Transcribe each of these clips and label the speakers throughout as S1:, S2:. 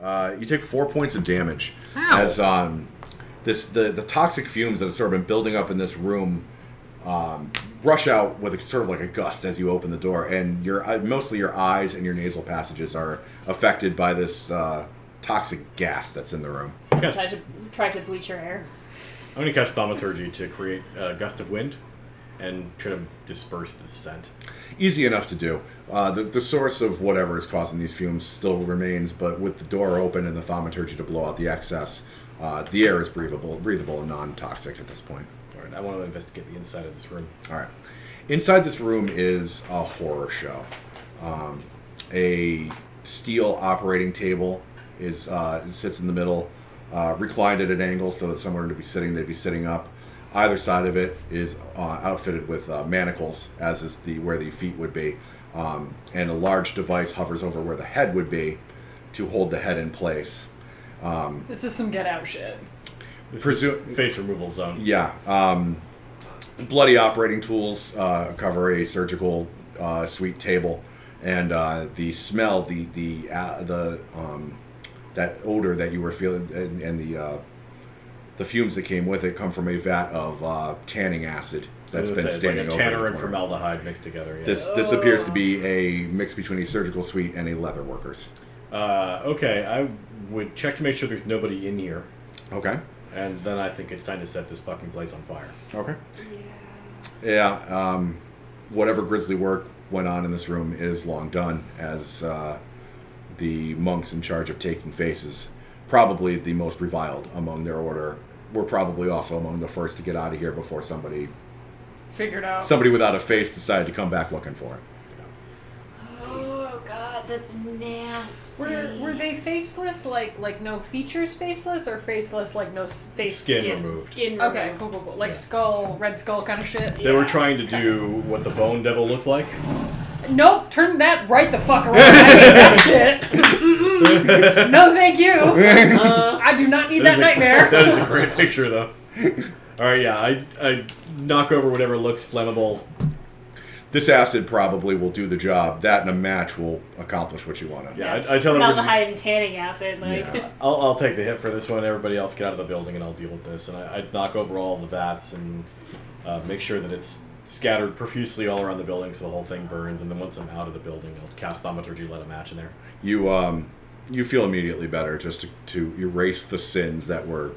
S1: Uh, you take four points of damage
S2: Ow.
S1: as um, this the, the toxic fumes that have sort of been building up in this room um, rush out with a, sort of like a gust as you open the door, and your uh, mostly your eyes and your nasal passages are affected by this uh, toxic gas that's in the room.
S3: Yes.
S4: Try to try to bleach your air.
S3: I'm gonna cast Thaumaturgy to create a gust of wind and try to disperse the scent.
S1: easy enough to do. Uh, the, the source of whatever is causing these fumes still remains, but with the door open and the thaumaturgy to blow out the excess, uh, the air is breathable, breathable and non-toxic at this point.
S3: All right, I want to investigate the inside of this room.
S1: All right. Inside this room is a horror show. Um, a steel operating table is uh, sits in the middle, uh, reclined at an angle so that someone to be sitting, they'd be sitting up. Either side of it is uh, outfitted with uh, manacles, as is the where the feet would be, um, and a large device hovers over where the head would be to hold the head in place.
S4: This is some get out shit.
S3: This
S1: Presu-
S3: is face removal zone.
S1: Yeah. Um, bloody operating tools uh, cover a surgical uh, suite table, and uh, the smell, the the uh, the um, that odor that you were feeling, and, and the uh, the fumes that came with it come from a vat of uh, tanning acid that's
S3: As
S1: been
S3: I said, it's
S1: standing
S3: like
S1: over.
S3: a
S1: the
S3: tanner and
S1: corner.
S3: formaldehyde mixed together. Yeah.
S1: This this appears to be a mix between a surgical suite and a leather workers.
S3: Uh, okay, I would check to make sure there's nobody in here,
S1: Okay.
S3: and then I think it's time to set this fucking place on fire.
S1: Okay. Yeah. um, whatever grisly work went on in this room is long done, as uh, the monks in charge of taking faces, probably the most reviled among their order, were probably also among the first to get out of here before somebody
S4: Figured out.
S1: somebody without a face decided to come back looking for it.
S5: Oh god, that's nasty.
S4: were, were they faceless, like like no features faceless, or faceless like no s- face
S3: Skin
S4: skin?
S3: removed.
S4: Skin Okay, cool, cool, cool. Like
S3: Yeah.
S4: skull, red skull kind of shit.
S3: They were trying to do what the Bone Devil looked like.
S4: Nope, turn that right the fuck around. I hate that shit. Mm-mm. no, thank you. Uh, I do not need that
S3: is a-
S4: nightmare.
S3: that is a great picture, though. All right, yeah, I, I knock over whatever looks flammable.
S1: This acid probably will do the job. That and a match will accomplish what you want to.
S3: Yeah, I, I tell them everybody-
S4: and tanning acid. Like.
S3: I'll, I'll take the hit for this one. Everybody else get out of the building, and I'll deal with this. And I, I knock over all the vats and uh, make sure that it's scattered profusely all around the building, so the whole thing burns. And then once I'm out of the building, I'll cast thaumaturgy, light a match in there.
S1: You um, you feel immediately better just to, to erase the sins that were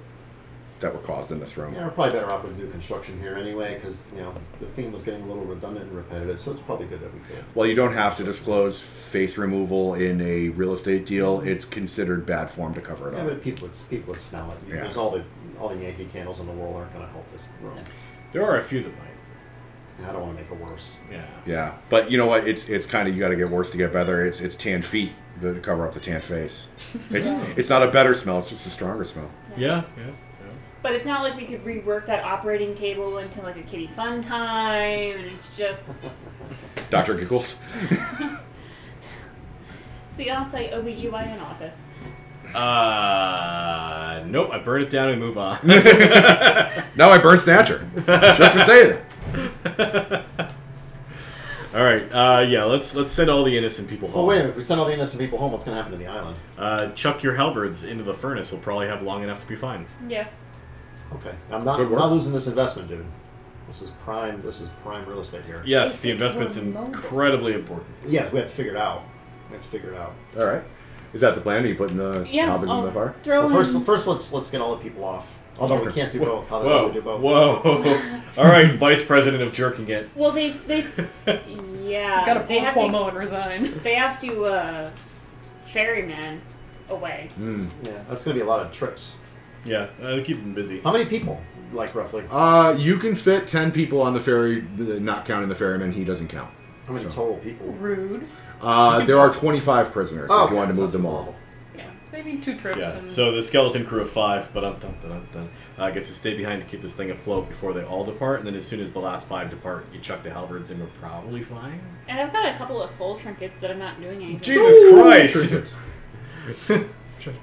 S1: that were caused in this room.
S6: Yeah, we're probably better off with new construction here anyway, because you know the theme was getting a little redundant and repetitive. So it's probably good that we did.
S1: While you don't have to disclose face removal in a real estate deal, it's considered bad form to cover it
S6: Yeah,
S1: up.
S6: but people would people would smell it. You-
S1: Yeah.
S6: There's all the all the Yankee candles in the world aren't going to help this room.
S3: There are a few that might.
S6: And I don't want to make it worse.
S3: Yeah.
S1: Yeah, but you know what? It's it's kind of you got to get worse to get better. It's it's tanned feet to cover up the tanned face. It's it's not a better smell. It's just a stronger smell.
S3: Yeah. Yeah.
S7: But it's not like we could rework that operating table into like a kitty fun time, and it's just it's
S1: Doctor giggles.
S7: the onsite OBGYN office.
S3: Uh, nope. I burn it down and move on.
S1: Now I burn Snatcher just for saying it.
S3: all right. Uh, yeah. Let's let's send all the innocent people
S6: Well,
S3: home.
S6: wait. a minute, If we send all the innocent people home, what's going to happen to the island?
S3: Uh, chuck your halberds into the furnace. We'll probably have long enough to be fine.
S4: Yeah.
S6: Okay, I'm not,
S1: Good
S6: I'm
S1: work.
S6: not losing this investment, dude. This is prime. This is prime real estate here.
S3: Yes, the
S4: It's
S3: investment's
S4: remote.
S3: incredibly important.
S6: Yeah, we have to figure it out. We have to figure it out.
S1: All right. Is that the plan? Are you putting the
S7: Yeah,
S1: hobbits in
S7: I'll
S1: the fire?
S7: Throw
S6: Well, first,
S7: in-
S6: first let's let's get all the people off. Although we
S1: Okay.
S6: can't do both. How the hell do
S3: Whoa,
S6: we do both?
S3: whoa! All right, Vice President of Jerking It.
S7: well, they they s- yeah.
S4: He's got to
S7: they
S4: pull
S7: have
S4: Cuomo
S7: to
S4: and resign.
S7: they have to uh, ferryman away.
S1: Mm.
S6: Yeah, that's going to be a lot of trips.
S3: Yeah, uh, keep him busy.
S6: How many people, like roughly?
S1: Uh, you can fit ten people on the ferry, uh, not counting the ferryman. He doesn't count.
S6: How many total people? Oh,
S4: Rude.
S1: Uh, there are twenty-five prisoners. if you wanted to move
S6: that's not
S1: them
S6: too
S1: all.
S6: horrible.
S4: Yeah. Maybe two trips.
S3: Yeah.
S4: and
S3: So the skeleton crew of five, but dun, dun, dun, uh, gets to stay behind to keep this thing afloat before they all depart. And then as soon as the last five depart, you chuck the halberds in. We're probably fine.
S7: And I've got a couple of soul trinkets that I'm not doing anything.
S3: Jesus Christ!
S1: Trinkets.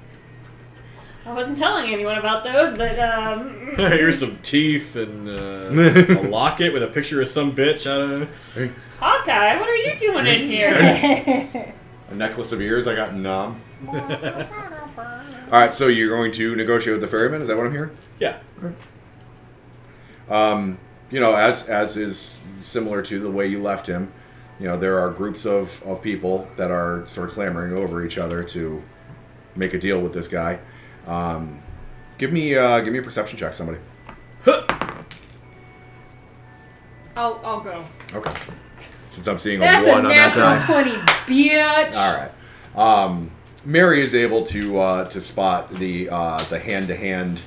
S7: I wasn't telling anyone about those, but um,
S3: Here's some teeth and uh, a locket with a picture of some bitch. I don't know.
S7: Hawkeye, what are you doing in here?
S1: A necklace of ears I got numb. All right, so you're going to negotiate with the ferryman? Is that what I'm hearing?
S3: Yeah.
S1: Um, you know, as as is similar to the way you left him, you know, there are groups of, of people that are sort of clamoring over each other to make a deal with this guy. Um, give me uh, give me a perception check, somebody.
S4: I'll, I'll go.
S1: Okay. Since I'm seeing a
S4: That's a
S1: one on that
S4: natural
S1: die.
S4: 20, bitch.
S1: All right. Um, Mary is able to uh, to spot the uh, the hand to hand,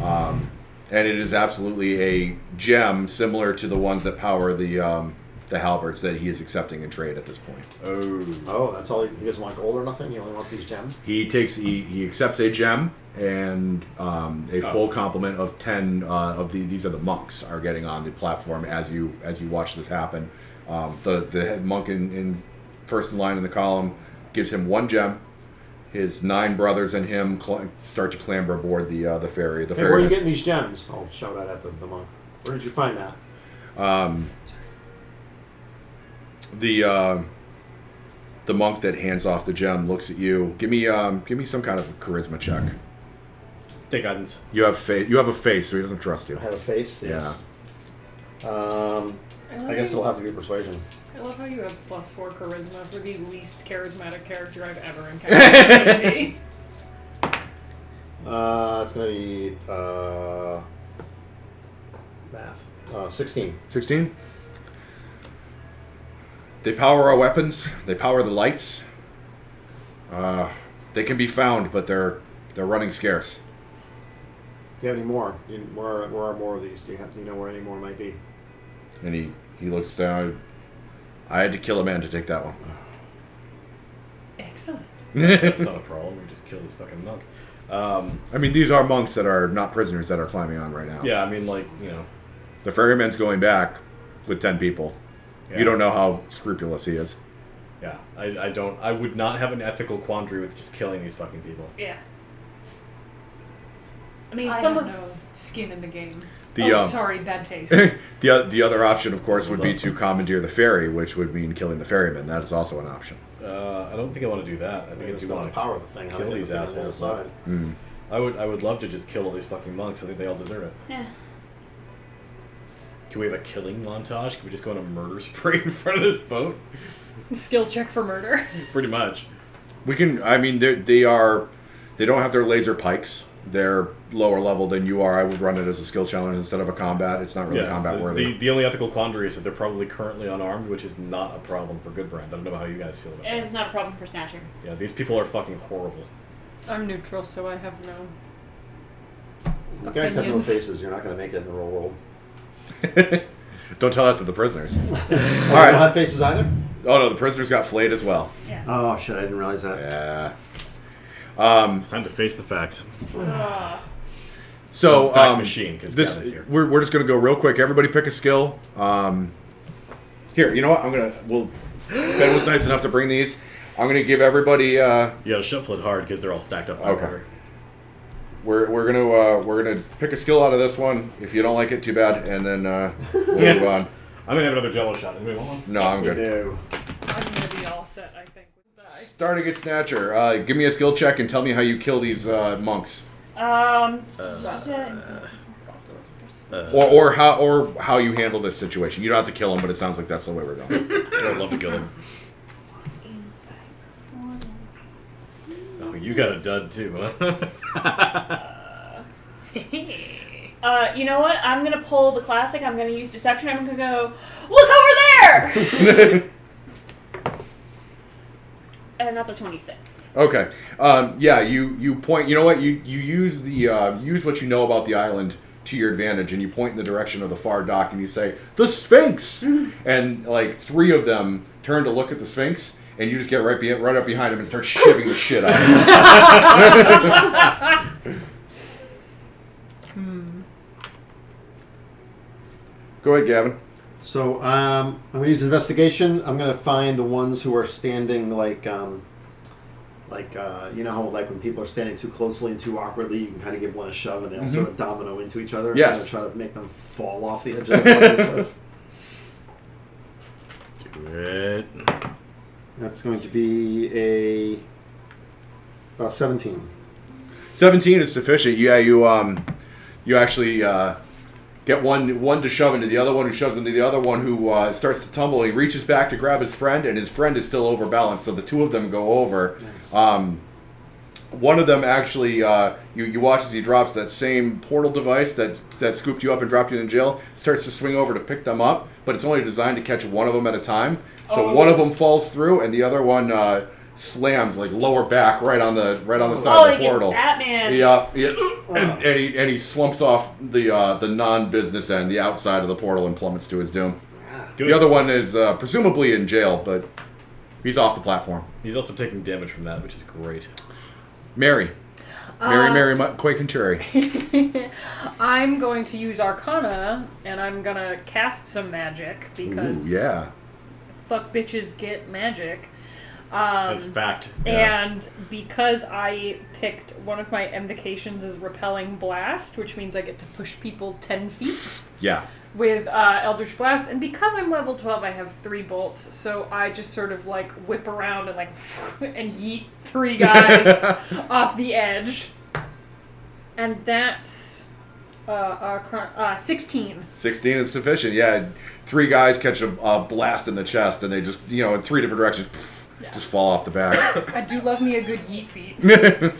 S1: and it is absolutely a gem similar to the ones that power the um, the halberds that he is accepting in trade at this point.
S3: Oh.
S6: Oh, that's all. He, he doesn't want gold or nothing. He only wants these gems.
S1: He takes he, he accepts a gem and um, a
S6: Oh.
S1: full complement of ten uh, of the these are the monks are getting on the platform as you as you watch this happen. Um, the the head monk in, in first in line in the column gives him one gem. His nine brothers and him cl- start to clamber aboard the uh, the ferry. The
S6: Hey, where are
S1: ferry.
S6: you getting these gems? I'll shout out at the, the monk. Where did you find that?
S1: um, the uh, the monk that hands off the gem looks at you. Give me um, give me some kind of a charisma check.
S3: Take guidance.
S1: You have fa- you have a face, so he doesn't trust you.
S6: I have a face. Yes. Um, I guess it'll have to be persuasion.
S4: I love how you have plus four charisma for the least charismatic character I've ever encountered. in D&D.
S6: Uh, it's gonna be uh, math. Uh, Sixteen.
S1: 16. They power our weapons. They power the lights. Uh, they can be found, but they're they're running scarce.
S6: Do you have any more? You, where, where are more of these? Do you have? Do you know where any more might be?
S1: And he he looks down. I had to kill a man to take that one.
S4: Excellent.
S3: That's not a problem. We just kill this fucking monk. Um,
S1: I mean, these are monks that are not prisoners that are climbing on right now.
S3: yeah, I mean, like, you know.
S1: The ferryman's going back with ten people.
S3: yeah.
S1: You don't know how scrupulous he is.
S3: Yeah, I, I don't. I would not have an ethical quandary with just killing these fucking people.
S4: Yeah. I mean,
S5: I
S4: some
S5: don't
S4: have no skin in the game.
S1: The,
S4: oh,
S1: um,
S4: sorry, bad taste.
S1: the o- the other option, of course, would be
S3: Hold
S1: to commandeer the ferry, which would mean killing the ferryman. That is also an option.
S3: Uh, I don't think I want to do that. I
S6: I
S3: think I
S6: just
S3: do
S6: want
S3: want
S6: to
S3: to.
S6: power the thing.
S3: kill these assholes, huh?
S6: Aside.
S3: I would. I would love to just kill all these fucking monks. I think they all deserve it.
S7: Yeah.
S3: Can we have a killing montage? Can we just go on a murder spree in front of this boat?
S4: Skill check for murder.
S3: Pretty much.
S1: We can. I mean, they they are. They don't have their laser pikes. They're lower level than you are. I would run it as a skill challenge instead of a combat. It's not really combat
S3: the,
S1: worthy.
S3: the, the only ethical quandary is that they're probably currently unarmed, which is not a problem for good brand. I don't know how you guys feel about
S7: And
S3: that.
S7: it's not a problem for Snatcher.
S3: Yeah, these people are fucking horrible.
S4: I'm neutral, so I have no.
S6: You guys have no
S4: Opinions.
S6: faces. You're not gonna make it in the real world.
S1: don't tell that to the prisoners.
S6: All
S1: right.
S6: don't have faces either.
S1: Oh no, the prisoners got flayed as well.
S6: Oh shit! I didn't realize that.
S1: Yeah.
S3: It's time to face the facts.
S1: So
S3: Fax
S1: um,
S3: machine, 'cause
S1: this
S3: Gavin's here.
S1: we're, we're just gonna go real quick. Everybody pick a skill. Um, here, you know what? I'm gonna. Well, Ben was nice enough to bring these. I'm gonna give everybody. Uh,
S3: You gotta shuffle it hard because they're all stacked up.
S1: Okay. we're we're gonna uh, we're gonna pick a skill out of this one. If you don't like it, too bad. And then uh, we'll
S3: Yeah.
S1: move on.
S3: I'm gonna have another Jello shot. Anybody want one?
S1: No, I'm good.
S6: No.
S4: I'm gonna be all set, I think. with die.
S1: Starting at Snatcher, uh, give me a skill check and tell me how you kill these uh, monks,
S7: Um,
S1: or, or how or how you handle this situation. You don't have to kill them, but it sounds like that's the way we're going.
S3: I would love to kill them.
S5: Inside performance.
S3: Oh, you got a dud too, huh?
S7: uh, you know what? I'm gonna pull the classic. I'm gonna use deception. I'm gonna go, look over there! and that's a 26.
S1: okay, um, yeah, you you point. You know what? You you use the uh, use what you know about the island to your advantage, and you point in the direction of the far dock, and you say the Sphinx, and like three of them turn to look at the Sphinx, and you just get right be- right up behind him and start shivving the shit out. of him. Go ahead, Gavin.
S6: So um, I'm gonna use investigation. I'm gonna find the ones who are standing like, um, like uh, you know how like when people are standing too closely and too awkwardly, you can kind of give one a shove and they all sort of domino into each other.
S1: Mm-hmm. Yes.
S6: And try to make them fall off the edge of the fucking cliff.
S3: Do it.
S6: uh, That's going to be a, a 17.
S1: Seventeen is sufficient. Yeah, you um, you actually uh, get one one to shove into the other one, who shoves into the other one, who uh, starts to tumble. He reaches back to grab his friend, and his friend is still overbalanced. So the two of them go over.
S6: Nice.
S1: Um, one of them actually, uh, you, you watch as he drops that same portal device that that scooped you up and dropped you in jail. Starts to swing over to pick them up, but it's only designed to catch one of them at a time. So
S7: Oh.
S1: one of them falls through, and the other one uh, slams like lower back right on the right on the side
S7: Oh,
S1: of
S7: he
S1: the
S7: gets
S1: portal. uh,
S7: Batman.
S1: Yeah, yeah. And, and, he, and he slumps off the uh, the non business end, the outside of the portal, and plummets to his doom.
S3: Good.
S1: The other one is uh, presumably in jail, but he's off the platform.
S3: He's also taking damage from that, which is great.
S1: Mary. Mary,
S4: Uh,
S1: Mary, Mu- Quake, and Cherry.
S4: I'm going to use Arcana and I'm gonna cast some magic
S1: Ooh,
S4: because
S1: yeah.
S4: fuck bitches get magic. Um,
S3: That's fact.
S1: Yeah.
S4: And because I picked one of my invocations as repelling blast, which means I get to push people ten feet
S1: Yeah.
S4: with uh, Eldritch Blast, and because I'm level twelve, I have three bolts, so I just sort of like whip around and like and yeet three guys off the edge, and that's uh, uh, cr- uh, sixteen.
S1: 16 is sufficient. Yeah. Three guys catch a, a blast in the chest and they just, you know, in three different directions, just fall off the back.
S4: I do love me a good yeet feat.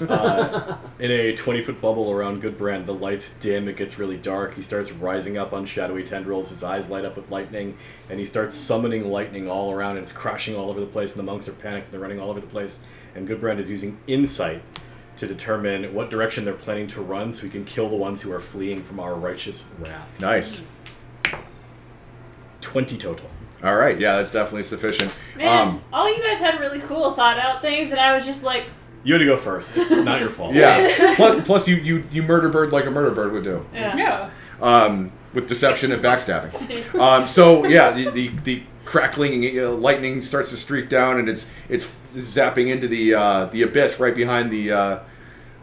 S3: Uh, in a 20 foot bubble around Goodbrand, the lights dim, it gets really dark. He starts rising up on shadowy tendrils, his eyes light up with lightning, and he starts summoning lightning all around, and it's crashing all over the place, and the monks are panicked, they're running all over the place. And Goodbrand is using insight to determine what direction they're planning to run so he can kill the ones who are fleeing from our righteous wrath.
S1: nice.
S3: 20 total.
S1: All right. Yeah, that's definitely sufficient.
S7: Man,
S1: Um,
S7: all you guys had really cool thought out things, and I was just like,
S3: You had to go first. It's not your fault.
S1: yeah. plus, plus you, you, you murder bird like a murder bird would do.
S7: yeah.
S4: Yeah.
S1: um, with deception and backstabbing. Um, so yeah, the the, the crackling uh, lightning starts to streak down, and it's it's zapping into the uh, the abyss right behind the uh,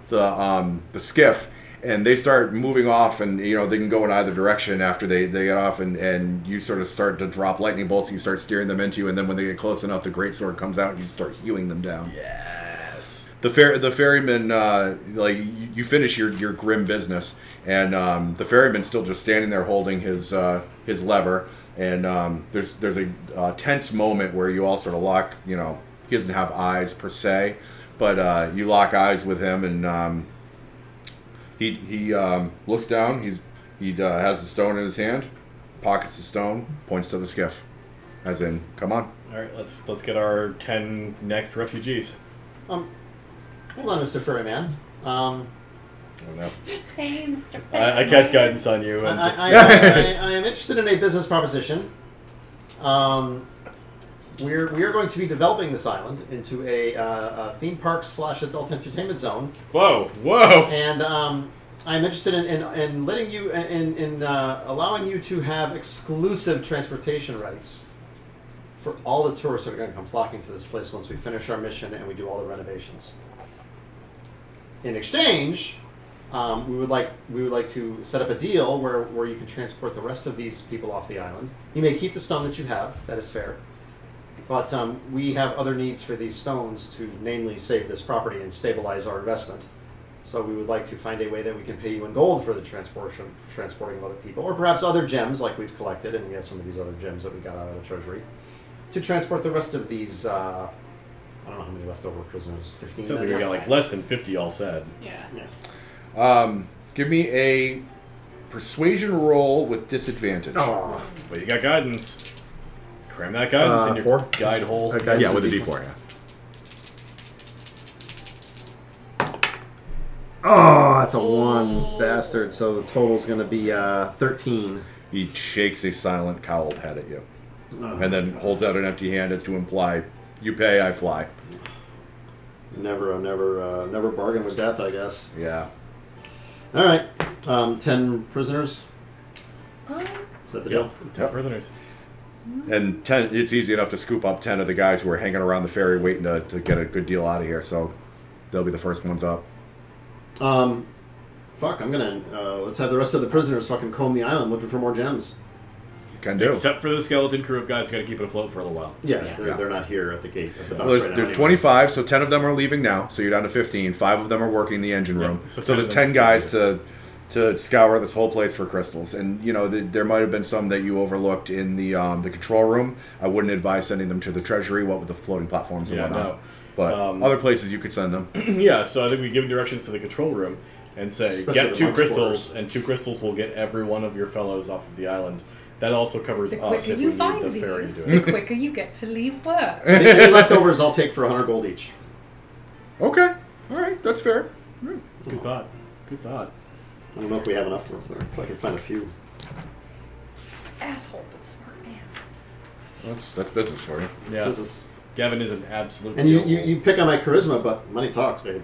S1: the um, the skiff, and they start moving off, and you know they can go in either direction after they, they get off, and, and you sort of start to drop lightning bolts, and you start steering them into, and then when they get close enough, the great sword comes out, and you start hewing them down.
S3: Yes.
S1: The fer- the ferryman, uh, like you, you finish your, your grim business, and um, the ferryman's still just standing there holding his uh, his lever. And um, there's there's a uh, tense moment where you all sort of lock. You know, he doesn't have eyes per se, but uh, you lock eyes with him, and um, he he um, looks down. He's he uh, has the stone in his hand, pockets the stone, points to the skiff, as in, come on.
S3: All right, let's let's get our 10 next refugees.
S6: Um, hold on, Mr. Furryman. Um,
S3: I don't know.
S7: Hey, Mr.
S3: I, I cast guidance on you.
S6: I,
S3: And just,
S6: I, I, I, I am interested in a business proposition. Um, we're, we are going to be developing this island into a, uh, a theme park slash adult entertainment zone,
S3: whoa, whoa.
S6: and um, I'm interested in, in, in letting you in, in uh, allowing you to have exclusive transportation rights for all the tourists that are going to come flocking to this place once we finish our mission and we do all the renovations. In exchange, um, we would like we would like to set up a deal where, where you can transport the rest of these people off the island. You may keep the stone that you have. That is fair. But um, we have other needs for these stones to, namely, save this property and stabilize our investment. So we would like to find a way that we can pay you in gold for the transportation, transporting of other people, or perhaps other gems like we've collected, and we have some of these other gems that we got out of the treasury to transport the rest of these. Uh, I don't know how many leftover prisoners. Fifteen.
S3: Sounds like we
S6: I
S3: got
S6: guess?
S3: like less than 50 all said.
S7: Yeah.
S6: Yeah.
S1: Um, give me a persuasion roll with disadvantage.
S6: Oh.
S3: But you got guidance. Cram that guidance
S6: Uh,
S3: in your
S6: four?
S3: guide hole.
S6: Uh, guidance
S1: yeah, with a
S6: would be
S1: D4. Yeah.
S6: Oh, that's a one, bastard. So the total's going to be uh, 13.
S1: He shakes a silent, cowled head at you, and then holds out an empty hand as to imply, "You pay, I fly."
S6: Never, uh, never, uh, never bargain with death, I guess.
S1: Yeah.
S6: All right. Um, 10 prisoners.
S4: Um,
S6: Is that
S3: Yep.
S6: the deal?
S1: Yep.
S3: Prisoners.
S1: And ten, it's easy enough to scoop up ten of the guys who are hanging around the ferry waiting to, to get a good deal out of here. So they'll be the first ones up.
S6: Um, fuck, I'm going to. Uh, let's have the rest of the prisoners fucking comb the island looking for more gems.
S1: Can do.
S3: Except for the skeleton crew of guys who got to keep it afloat for a little while.
S6: Yeah,
S7: Yeah.
S6: They're,
S1: Yeah.
S6: they're not here at the gate. At the
S1: Well,
S3: Oh,
S6: docks
S1: there's,
S6: right now
S1: there's
S6: anyway.
S1: 25, so 10 of them are leaving now, so you're down to 15. Five of them are working the engine
S3: Yeah,
S1: room.
S3: so
S1: so
S3: 10
S1: there's
S3: of
S1: 10
S3: them.
S1: guys to to scour this whole place for crystals. And, you know, th- there might have been some that you overlooked in the um, the control room. I wouldn't advise sending them to the treasury, what with the floating platforms and
S3: Yeah,
S1: whatnot.
S3: no.
S1: But
S3: Um,
S1: other places you could send them.
S3: yeah, so I think we give directions to the control room and say,
S6: Especially
S3: get
S6: the
S3: two
S6: lunch
S3: crystals,
S6: orders.
S3: and two crystals will get every one of your fellows off of the island. That also covers
S4: The
S3: us
S4: quicker
S3: if
S4: you
S3: we need
S4: find
S3: the ferry to
S4: these,
S3: do it.
S4: the quicker you get to leave work.
S6: Any leftovers, I'll take for 100 gold each.
S1: Okay. All right. That's fair.
S3: Good thought. Good thought.
S6: I don't know if we have enough for them. If I can find a few.
S4: Asshole, but smart man.
S1: That's, that's business for you.
S6: It's
S3: Yeah.
S6: business.
S3: Gavin is an absolute
S6: And you,
S3: deal
S6: you,
S3: hole.
S6: you pick on my charisma, but money talks, babe.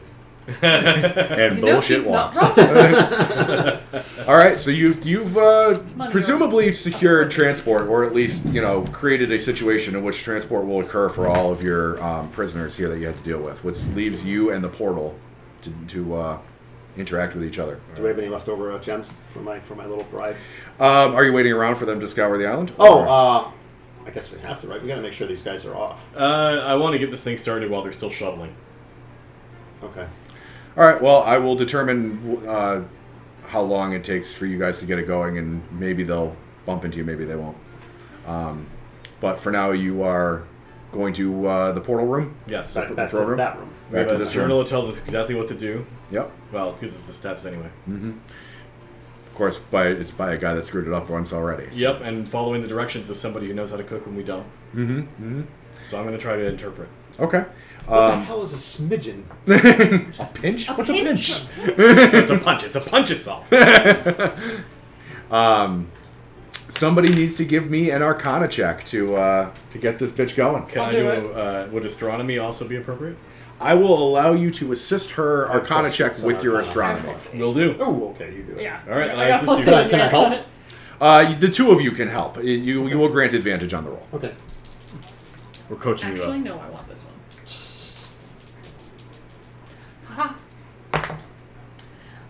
S1: And
S4: You know
S1: bullshit
S4: he's not
S1: walks.
S4: wrong.
S1: All right, so you've you've uh,
S4: Money
S1: presumably secured transport, or at least you know created a situation in which transport will occur for all of your um, prisoners here that you have to deal with, which leaves you and the portal to, to uh, interact with each other.
S6: Do we have any leftover uh, gems for my for my little bride?
S1: Um, are you waiting around for them to scour the island?
S6: Oh,
S1: Or-
S6: uh, I guess we have to, right? We got to make sure these guys are off.
S3: Uh, I want to get this thing started while they're still shoveling.
S6: Okay.
S1: all right. Well, I will determine uh, how long it takes for you guys to get it going, and maybe they'll bump into you, maybe they won't. Um, but for now, you are going to uh, the portal room.
S3: Yes.
S6: Back,
S1: the
S6: back
S1: throne
S6: to
S1: room?
S6: that room.
S3: We have
S1: Back to
S3: a
S1: this
S3: journal that tells us exactly what to do.
S1: Yep.
S3: Well, it gives us the steps anyway.
S1: Of course, by it's by a guy that screwed it up once already. so-
S3: Yep, and following the directions of somebody who knows how to cook when we don't. Mm-hmm. mm-hmm. So I'm going to try to interpret.
S1: Okay.
S6: What the hell is a smidgen?
S1: A pinch? What's
S4: pinch?
S3: it's a punch. It's a punch itself.
S1: Somebody needs to give me an Arcana check to uh, to get this bitch going.
S3: Can
S4: I'll
S3: I
S4: do
S3: do? Uh, would astronomy also be appropriate?
S1: I will allow you to assist her Arcana
S6: plus
S1: check
S6: six
S1: with
S6: on
S1: your
S6: Arcana.
S1: astronomy.
S3: Will do.
S6: Oh, okay, you do it.
S4: Yeah.
S3: All right, then I
S4: got
S3: assist you.
S4: plus
S3: Can I-
S4: eight,
S6: can I
S4: yeah,
S6: help?
S4: got it.
S1: Uh, the two of you can help. You you will grant advantage on the roll.
S6: Okay.
S3: We're coaching
S4: Actually,
S3: you
S4: no, I want this one. Haha.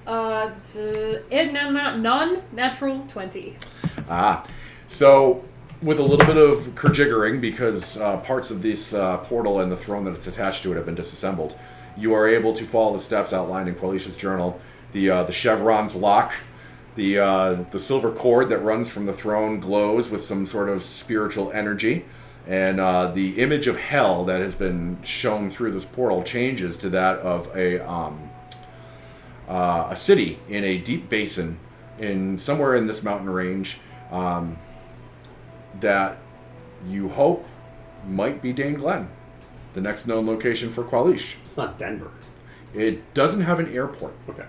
S4: Uh, it's, uh, and no, no, non natural 20.
S1: Ah, so with a little bit of kerjiggering, because uh, parts of this uh, portal and the throne that it's attached to it have been disassembled, you are able to follow the steps outlined in Quelicia's journal. The uh, the chevron's lock, the uh, the silver cord that runs from the throne glows with some sort of spiritual energy, and uh, the image of hell that has been shown through this portal changes to that of a um, uh, a city in a deep basin in somewhere in this mountain range um, that you hope might be Dane Glen, the next known location for Qualish.
S6: It's not Denver.
S1: It doesn't have an airport.
S6: Okay.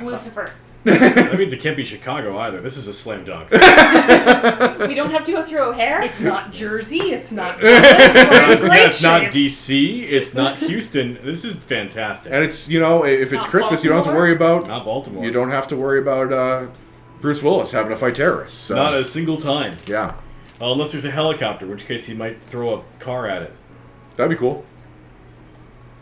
S4: Lucifer.
S3: up. that means it can't be Chicago either. This is a slam dunk.
S7: we don't have to go through O'Hare.
S4: It's not Jersey. It's not. It's in great
S3: That's not
S4: shape.
S3: DC. It's not Houston. This is fantastic.
S1: And it's, you know, i- if it's
S4: Not
S1: Christmas, you don't have to
S4: Baltimore?
S1: worry about
S3: not Baltimore.
S1: you don't have to worry about uh, Bruce Willis having to fight terrorists. So,
S3: Not a single time.
S1: yeah,
S3: Uh, unless there's a helicopter, in which case he might throw a car at it.
S1: that'd be cool.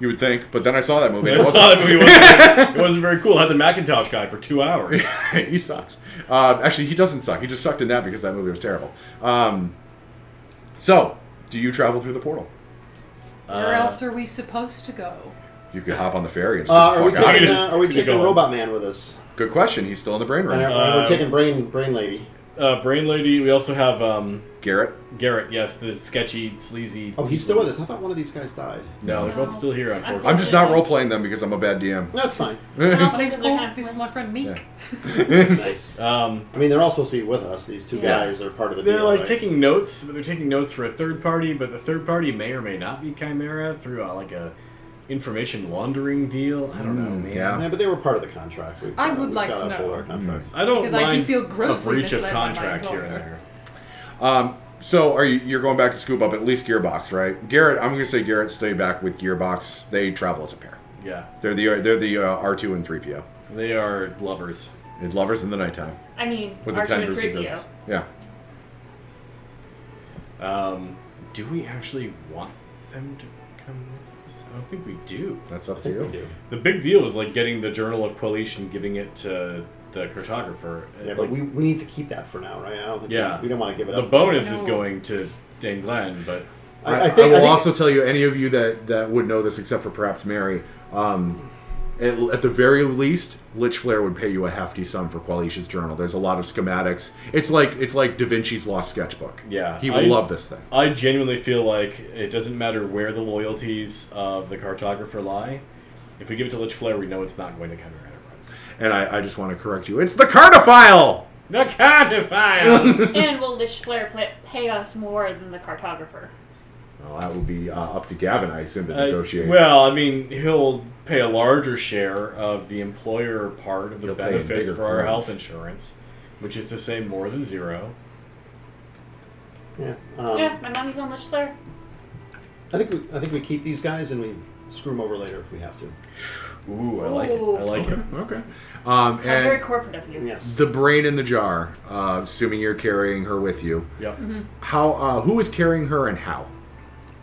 S1: You would think, but then I saw that movie.
S3: I
S1: and it wasn't-
S3: saw that movie. It wasn't, it wasn't very cool. I had the Macintosh guy for two hours.
S1: he sucks. Um, actually, he doesn't suck. He just sucked in that because that movie was terrible. Um, so, do you travel through the portal?
S4: Where
S3: Uh,
S4: else are we supposed to go?
S1: You could hop on the ferry and
S6: Uh,
S1: just get
S6: are
S1: the
S6: we
S1: fuck out.
S6: taking
S3: it.
S6: uh, Are we
S3: Keep it
S6: taking
S3: going.
S6: Robot Man with us?
S1: Good question. He's still in the brain
S6: And are,
S1: room.
S6: are
S3: Uh,
S6: we taking Brain Brain Lady?
S3: uh, Brain Lady. We also have um,
S1: Garrett.
S3: Garrett. Yes, the sketchy, sleazy.
S6: Oh, he's still with us. I thought one of these guys died.
S3: No, they're both
S4: No.
S3: still here. Unfortunately,
S1: I'm just not role playing them because I'm a bad DM.
S6: That's fine.
S4: Oh,
S7: Also, 'cause they're kind of
S4: this is my friend Meek.
S1: Yeah.
S6: nice.
S3: Um,
S6: I mean, they're all supposed to be with us. These two
S4: Yeah.
S6: guys are part of the
S3: they're
S6: deal.
S3: like
S6: right?
S3: taking notes, but they're taking notes for a third party. But the third party may or may not be Chimera through uh, like a information laundering deal. I don't know,
S1: Mm,
S3: man.
S1: yeah.
S6: Yeah, but they were part of the contract. We've,
S4: I
S6: uh,
S4: would
S6: we've
S4: like
S6: gotta
S4: to
S6: uphold
S4: know.
S6: Our contract.
S3: I don't
S4: Because I do
S3: mind
S4: feel
S3: a
S4: grossly
S3: breach of
S4: misled by my
S3: contract here and there.
S1: Um, so are you? You're going back to scoop up at least Gearbox, right? Garrett. I'm going to say Garrett stay back with Gearbox. They travel as a pair.
S3: Yeah,
S1: They're the they're the uh, R2 and 3PO.
S3: they are lovers.
S1: And lovers in the nighttime
S7: I mean,
S1: with the
S7: Archie and
S1: tenders. of
S7: 3PO.
S1: business. Yeah.
S3: Um, do we actually want them to come with us? I don't think we do.
S1: That's up
S6: I
S1: to
S6: think we
S1: you.
S6: do.
S3: The big deal was like getting the Journal of Quelish and giving it to the cartographer.
S6: Yeah,
S3: Like,
S6: but we, we need to keep that for now, right? I don't think we-
S3: Yeah.
S6: we, don't want to give it
S3: the
S6: up.
S3: bonus is
S4: No.
S3: going to Dan Glenn, but
S1: I,
S6: I, I
S1: I
S6: think,
S1: will
S6: I think-
S1: also tell you, any of you that, that would know this, except for perhaps Mary, um, at, at the very least, Lich Flair would pay you a hefty sum for Qualisha's journal. There's a lot of schematics. It's like it's like Da Vinci's lost sketchbook.
S3: Yeah,
S1: he will
S3: I-
S1: love this thing.
S3: I genuinely feel like it doesn't matter where the loyalties of the cartographer lie. If we give it to Lich Flair, we know it's not going to counter Enterprise.
S1: And I, I just want to correct you. It's the Cardophile.
S3: The cartophile.
S7: and will Lish Flair pla- pay us more than the cartographer?
S1: Well, that would be uh, up to Gavin, I assume, to
S3: Uh,
S1: negotiate.
S3: well, I mean, he'll pay a larger share of the employer part of the
S1: He'll pay
S3: benefits
S1: bigger
S3: for our
S1: claims.
S3: health insurance, which is to say more than zero.
S6: yeah, um,
S7: yeah, my mommy's on Lish Flair.
S6: I think we, I think we keep these guys and we screw them over later if we have to.
S3: Ooh, I like it. I like it.
S1: okay. Um,
S7: How very
S1: and
S7: corporate of you.
S6: Yes.
S1: the brain in the jar. Uh, assuming you're carrying her with you.
S3: Yep.
S1: how uh, who is carrying her and how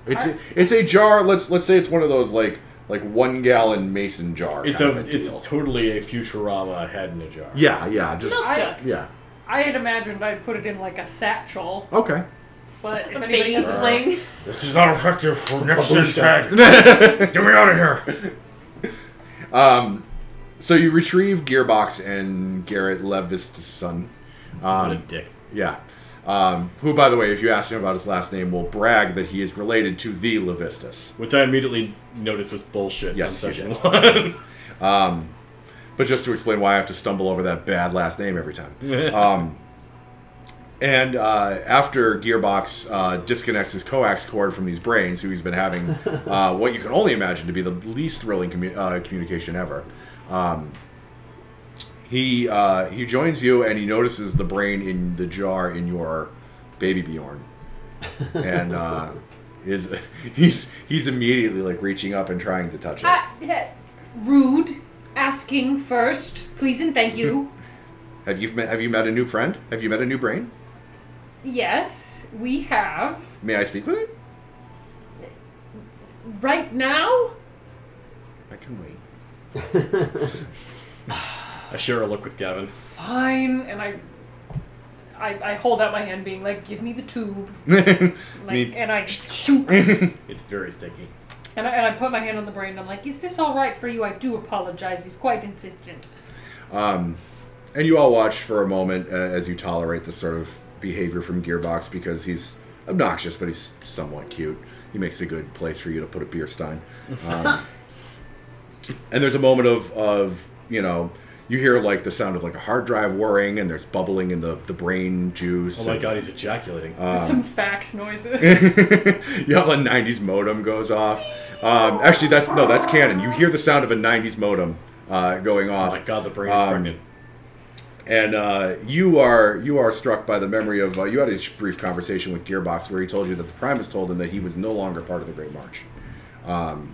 S1: it's a, it's a jar let's let's say it's one of those like like one gallon mason jar
S3: It's
S1: kind
S3: a
S1: of
S3: it's
S1: deal.
S3: totally a Futurama head in a jar.
S1: yeah yeah just
S7: Milk
S4: I-
S7: jug.
S1: yeah
S4: I had imagined I'd put it in like a satchel,
S1: okay
S4: but if
S7: A
S4: anybody
S7: baby
S4: has
S7: sling.
S3: This is not effective for
S6: Nixon's head.
S3: Get me out of here.
S1: um so you retrieve gearbox and garrett levis son
S3: What a dick.
S1: yeah um, who, by the way, if you ask him about his last name, will brag that he is related to the Levistus.
S3: Which I immediately noticed was bullshit
S1: Yes,
S3: in
S1: you
S3: section
S1: did.
S3: one.
S1: But just to explain why I have to stumble over that bad last name every time. Um, and uh, after Gearbox uh, disconnects his coax cord from these brains, who he's been having uh, what you can only imagine to be the least thrilling commu- uh, communication ever, um, he uh, he joins you and he notices the brain in the jar in your baby Bjorn, and uh, is he's he's immediately like reaching up and trying to touch it.
S4: I, Ah, yeah, rude, asking first, please and thank you.
S1: Have you met, have you met a new friend? Have you met a new brain?
S4: yes, we have.
S1: May I speak with it?
S4: Right now?
S1: I can wait.
S3: I share a look with Gavin.
S4: Fine. And I, I, I hold out my hand, being like, give me the tube. Like,
S1: Need-
S4: and I shoot.
S3: It's very sticky.
S4: And I, and I put my hand on the brain and I'm like, is this alright for you? I do apologize. He's quite insistent.
S1: um, and you all watch for a moment uh, as you tolerate this sort of behavior from Gearbox because he's obnoxious, but he's somewhat cute. He makes a good place for you to put a beer stein. Um, and there's a moment of, of you know you hear like the sound of like a hard drive whirring and there's bubbling in the, the brain juice.
S3: Oh my
S1: and-
S3: god, he's ejaculating. Oh
S4: Some fax noises.
S1: yeah, a '90s modem goes off. Um, actually, that's no, that's canon. You hear the sound of a '90s modem uh, going
S3: oh
S1: off,
S3: my god, the brain is
S1: um,
S3: pregnant.
S1: and uh, you are you are struck by the memory of uh, you had a sh- brief conversation with Gearbox where he told you that the Primus told him that he was no longer part of the Great March. Um,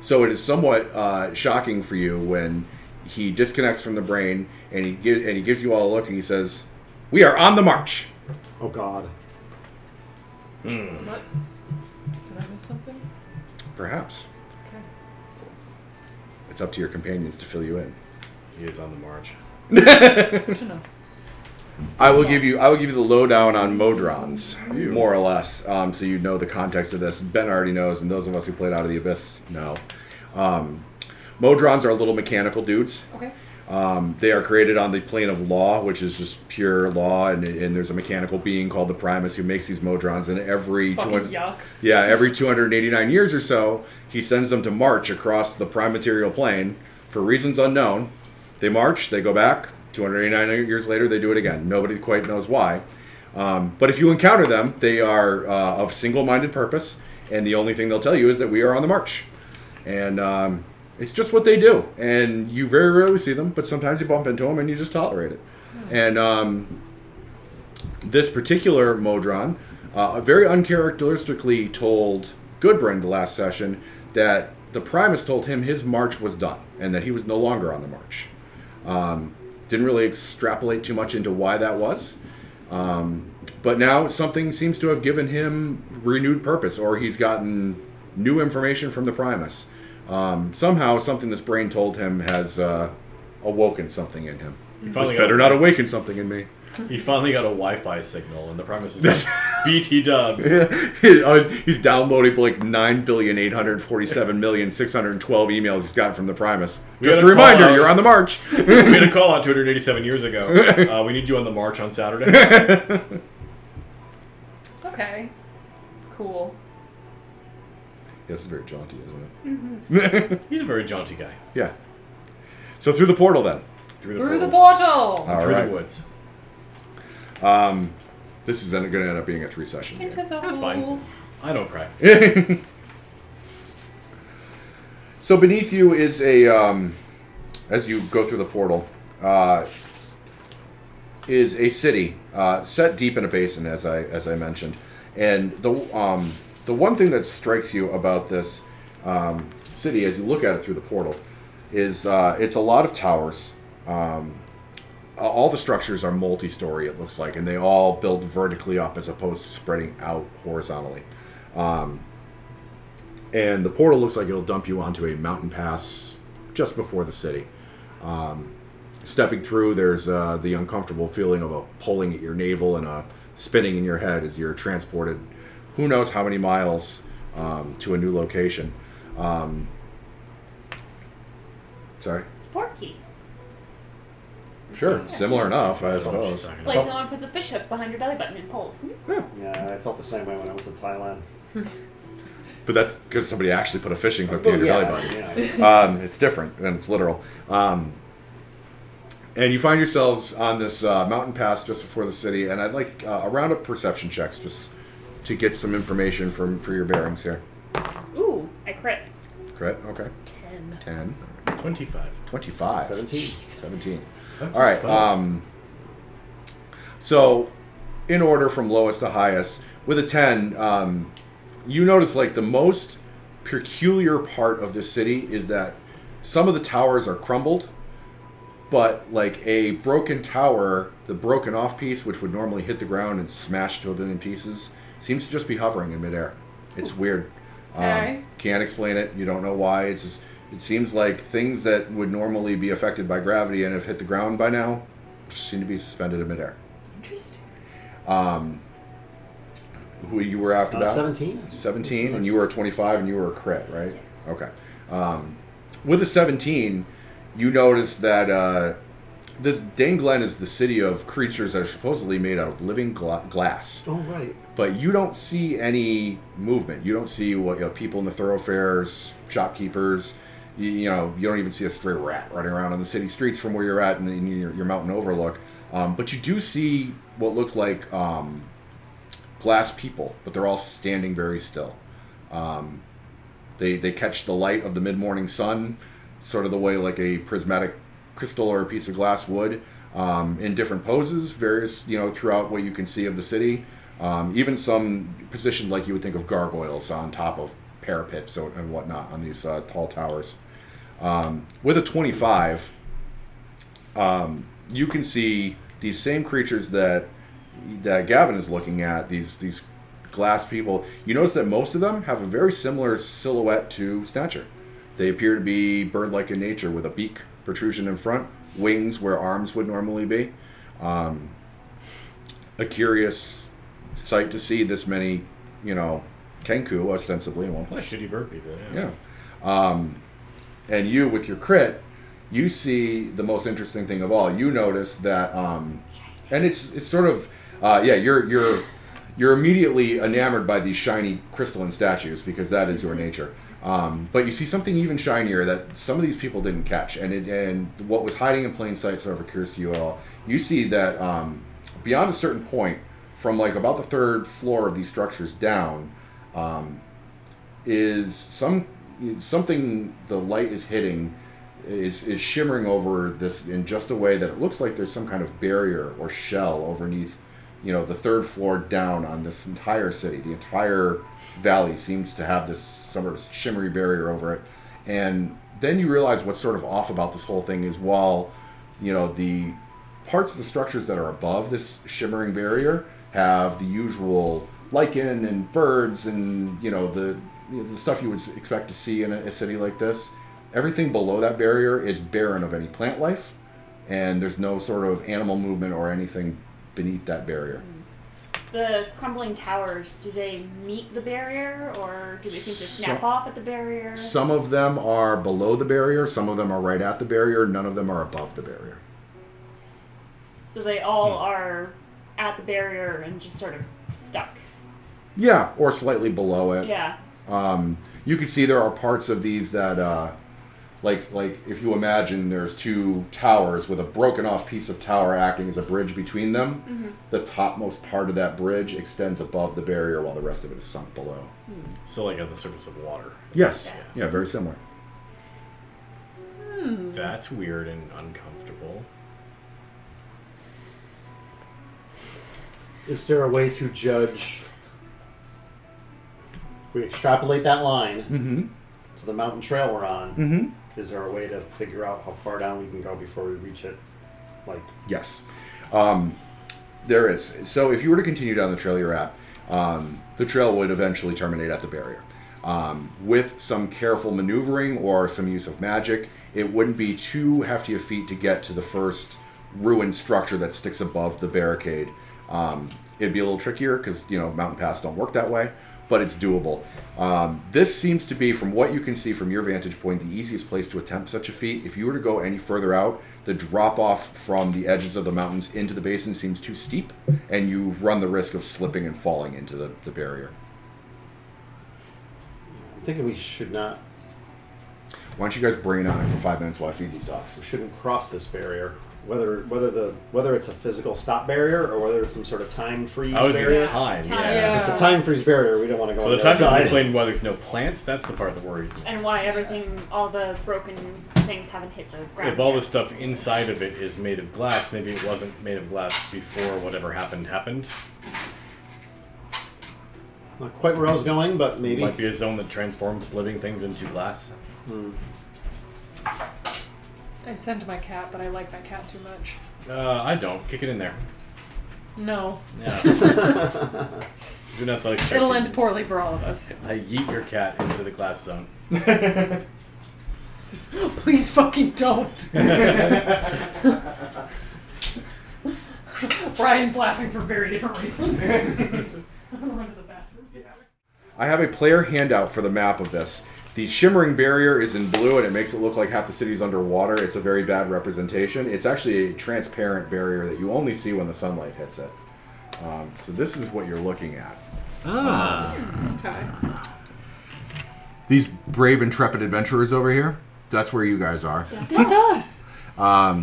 S1: so it is somewhat uh, shocking for you when he disconnects from the brain and he gi- and he gives you all a look and he says, "We are on the march."
S6: oh God.
S4: what? Did I miss something?
S1: Perhaps
S4: Okay.
S1: it's up to your companions to fill you in.
S3: He is on the march.
S4: Good to know.
S1: I will give you. I will give you the lowdown on Modrons,
S3: Ew.
S1: more or less, um, so you know the context of this. Ben already knows, and those of us who played Out of the Abyss know. Um, Modrons are little mechanical dudes.
S4: Okay.
S1: Um, they are created on the plane of law, which is just pure law, and, and there's a mechanical being called the Primus who makes these Modrons, and every
S4: Fucking
S1: 200
S4: yuck.
S1: yeah, every 289 years or so, he sends them to march across the prime material plane for reasons unknown. They march, they go back. 289 years later, they do it again. Nobody quite knows why. Um, but if you encounter them, they are uh, of single minded purpose, and the only thing they'll tell you is that we are on the march. And um, it's just what they do. And you very rarely see them, but sometimes you bump into them and you just tolerate it. And um, this particular Modron uh, very uncharacteristically told Goodbrand last session that the Primus told him his march was done and that he was no longer on the march. Um, didn't really extrapolate too much into why that was. Um, but now something seems to have given him renewed purpose, or he's gotten new information from the Primus. Um, somehow, something this brain told him has uh, awoken something in him.
S3: He
S1: This
S3: finally, got
S1: better
S3: a,
S1: not awaken something in me.
S3: he finally got a Wi-Fi signal, and the premise is like, BT dubs.
S1: Uh, he's downloading like nine billion eight hundred forty-seven million six hundred twelve emails he's gotten from the Primus.
S3: We
S1: Just a
S3: gotta
S1: reminder,
S3: call out-
S1: you're on the march.
S3: we had a call out 287 years ago. Uh, we need you on the march on Saturday.
S4: Okay. Cool.
S1: Yes, it's very jaunty, isn't it?
S3: He's a very jaunty guy.
S1: Yeah. So through the portal then.
S3: Through the
S4: Through the
S3: portal.
S4: portal!
S1: All
S3: through
S1: right.
S3: the woods.
S1: This is going to end up being a three-session game.
S4: Into the
S3: That's fine.
S4: hole.
S3: I don't cry.
S1: So beneath you is a, um, as you go through the portal, uh, is a city uh, set deep in a basin, as I as I mentioned. And the um, the one thing that strikes you about this um, city, as you look at it through the portal, is uh, it's a lot of towers. Um, a- all the structures are multi-story. It looks like, and they all build vertically up as opposed to spreading out horizontally and the portal looks like it'll dump you onto a mountain pass just before the city. Um, stepping through, there's uh, the uncomfortable feeling of a pulling at your navel and a spinning in your head as you're transported who knows how many miles um, to a new location. Um, sorry?
S7: It's Porky.
S1: Sure. Similar enough, I
S3: That's all she's
S1: suppose.
S3: talking
S7: It's
S3: about.
S7: like someone puts a fish hook behind your belly button and pulls.
S6: Yeah, I felt the same way when I went to Thailand.
S1: But that's because somebody actually put a fishing hook behind your
S6: Oh, yeah,
S1: belly button.
S6: Yeah.
S1: um, it's different and it's literal. Um, and you find yourselves on this uh, mountain pass just before the city, and I'd like uh, a round of perception checks just to get some information from for your bearings here.
S7: Ooh, I crit.
S1: Correct? Okay.
S4: Ten.
S1: 10,
S3: 25.
S1: 25,
S6: 17.
S1: 17. All right. Um, so, in order from lowest to highest, with a 10, um, you notice like the most peculiar part of this city is that some of the towers are crumbled, but like a broken tower, the broken off piece, which would normally hit the ground and smash to a billion pieces, seems to just be hovering in midair. It's weird. Um,
S4: Okay.
S1: Can't explain it. You don't know why. It's just. It seems like things that would normally be affected by gravity and have hit the ground by now just seem to be suspended in midair.
S4: Interesting.
S1: Who you were after
S6: Uh,
S1: that?
S6: 17.
S1: 17 and you were a 25 and you were a crit right
S7: Yes.
S1: okay um, with a 17 you notice that uh, this dane glen is the city of creatures that are supposedly made out of living gla- glass
S6: Oh, right.
S1: but you don't see any movement you don't see what you know, people in the thoroughfares shopkeepers you, you know you don't even see a stray rat running around on the city streets from where you're at and in your, your mountain overlook um, but you do see what look like um, glass people, but they're all standing very still. Um, they they catch the light of the mid morning sun, sort of the way like a prismatic crystal or a piece of glass would, um, in different poses, various you know throughout what you can see of the city. Um, even some positioned like you would think of gargoyles on top of parapets so, and whatnot on these uh, tall towers. Um, with a twenty five you can see these same creatures that that Gavin is looking at these these glass people. You notice that most of them have a very similar silhouette to Snatcher. They appear to be bird-like in nature, with a beak protrusion in front, wings where arms would normally be. Um, a curious sight to see this many, you know, Kenku ostensibly in one place.
S3: Shitty bird people. Yeah.
S1: Yeah. Um, and you, with your crit, you see the most interesting thing of all. You notice that, um, and it's it's sort of uh, yeah. You're you're you're immediately enamored by these shiny crystalline statues because that is your nature. Um, but you see something even shinier that some of these people didn't catch, and it, and what was hiding in plain sight sort of occurs to you at all. You see that um, beyond a certain point, from like about the third floor of these structures down, is some something the light is hitting is is shimmering over this in just a way that it looks like there's some kind of barrier or shell overneath you know the third floor down on this entire city the entire valley seems to have this sort of shimmery barrier over it and then you realize what's sort of off about this whole thing is while you know the parts of the structures that are above this shimmering barrier have the usual lichen and birds and you know the you know, the stuff you would s- expect to see in a, a city like this. Everything below that barrier is barren of any plant life and there's no sort of animal movement or anything beneath that barrier.
S7: The crumbling towers, do they meet the barrier or do they seem to snap
S1: So-
S7: off at the barrier?
S1: Some of them are below the barrier, some of them are right at the barrier, none of them are above the barrier.
S7: So they all are at the barrier and just sort of stuck.
S1: Yeah, or slightly below it.
S7: Yeah.
S1: Um, you can see there are parts of these that, uh, like, like if you imagine there's two towers with a broken off piece of tower acting as a bridge between them. The topmost part of that bridge extends above the barrier, while the rest of it is sunk below.
S3: So like on the surface of water.
S1: Yes. Yeah. Very similar.
S4: Mm.
S3: That's weird and uncomfortable.
S6: Is there a way to judge? If we extrapolate that line
S1: Mm-hmm.
S6: to the mountain trail we're on,
S1: Mm-hmm.
S6: is there a way to figure out how far down we can go before we reach it? Like,
S1: Yes. Um, there is. So if you were to continue down the trail you're at, um, the trail would eventually terminate at the barrier. Um, with some careful maneuvering or some use of magic, it wouldn't be too hefty a feat to get to the first ruined structure that sticks above the barricade. Um, it'd be a little trickier because you know mountain paths don't work that way, but it's doable. Um, this seems to be, from what you can see from your vantage point, the easiest place to attempt such a feat. If you were to go any further out, the drop off from the edges of the mountains into the basin seems too steep, and you run the risk of slipping and falling into the, the barrier.
S6: I'm thinking we should not,
S1: Why don't you guys brain on it for five minutes while I feed these dogs?
S6: we shouldn't cross this barrier. Whether whether the whether it's a physical stop barrier or whether it's some sort of time freeze
S3: I was in
S6: barrier.
S3: time.
S7: Time,
S3: Yeah.
S4: yeah.
S6: It's a time freeze barrier. We don't want to go.
S3: So
S6: on
S3: the
S6: the
S3: time
S6: other
S3: doesn't
S6: side.
S3: explain why there's no plants. That's the part that worries me.
S7: And why everything, all the broken things haven't hit the ground.
S3: If all the stuff inside of it is made of glass, maybe it wasn't made of glass before whatever happened happened.
S6: Not quite where I was going, but
S3: It
S6: maybe.
S3: might be a zone that transforms living things into glass.
S4: I'd send to my cat, but I like my cat too much.
S3: Uh, I don't. Kick it in there.
S4: No,
S3: Yeah. Do not like.
S4: it'll end poorly for all of us.
S3: I yeet your cat into the glass zone.
S4: Please fucking don't. Brian's laughing for very different reasons. I'm gonna run to the bathroom.
S1: I have a player handout for the map of this. The shimmering barrier is in blue and it makes it look like half the city's underwater. It's a very bad representation. It's actually a transparent barrier that you only see when the sunlight hits it. Um, so, this is what you're looking at.
S3: Ah.
S4: Okay.
S1: These brave, intrepid adventurers over here, that's where you guys are.
S4: That's us.
S1: I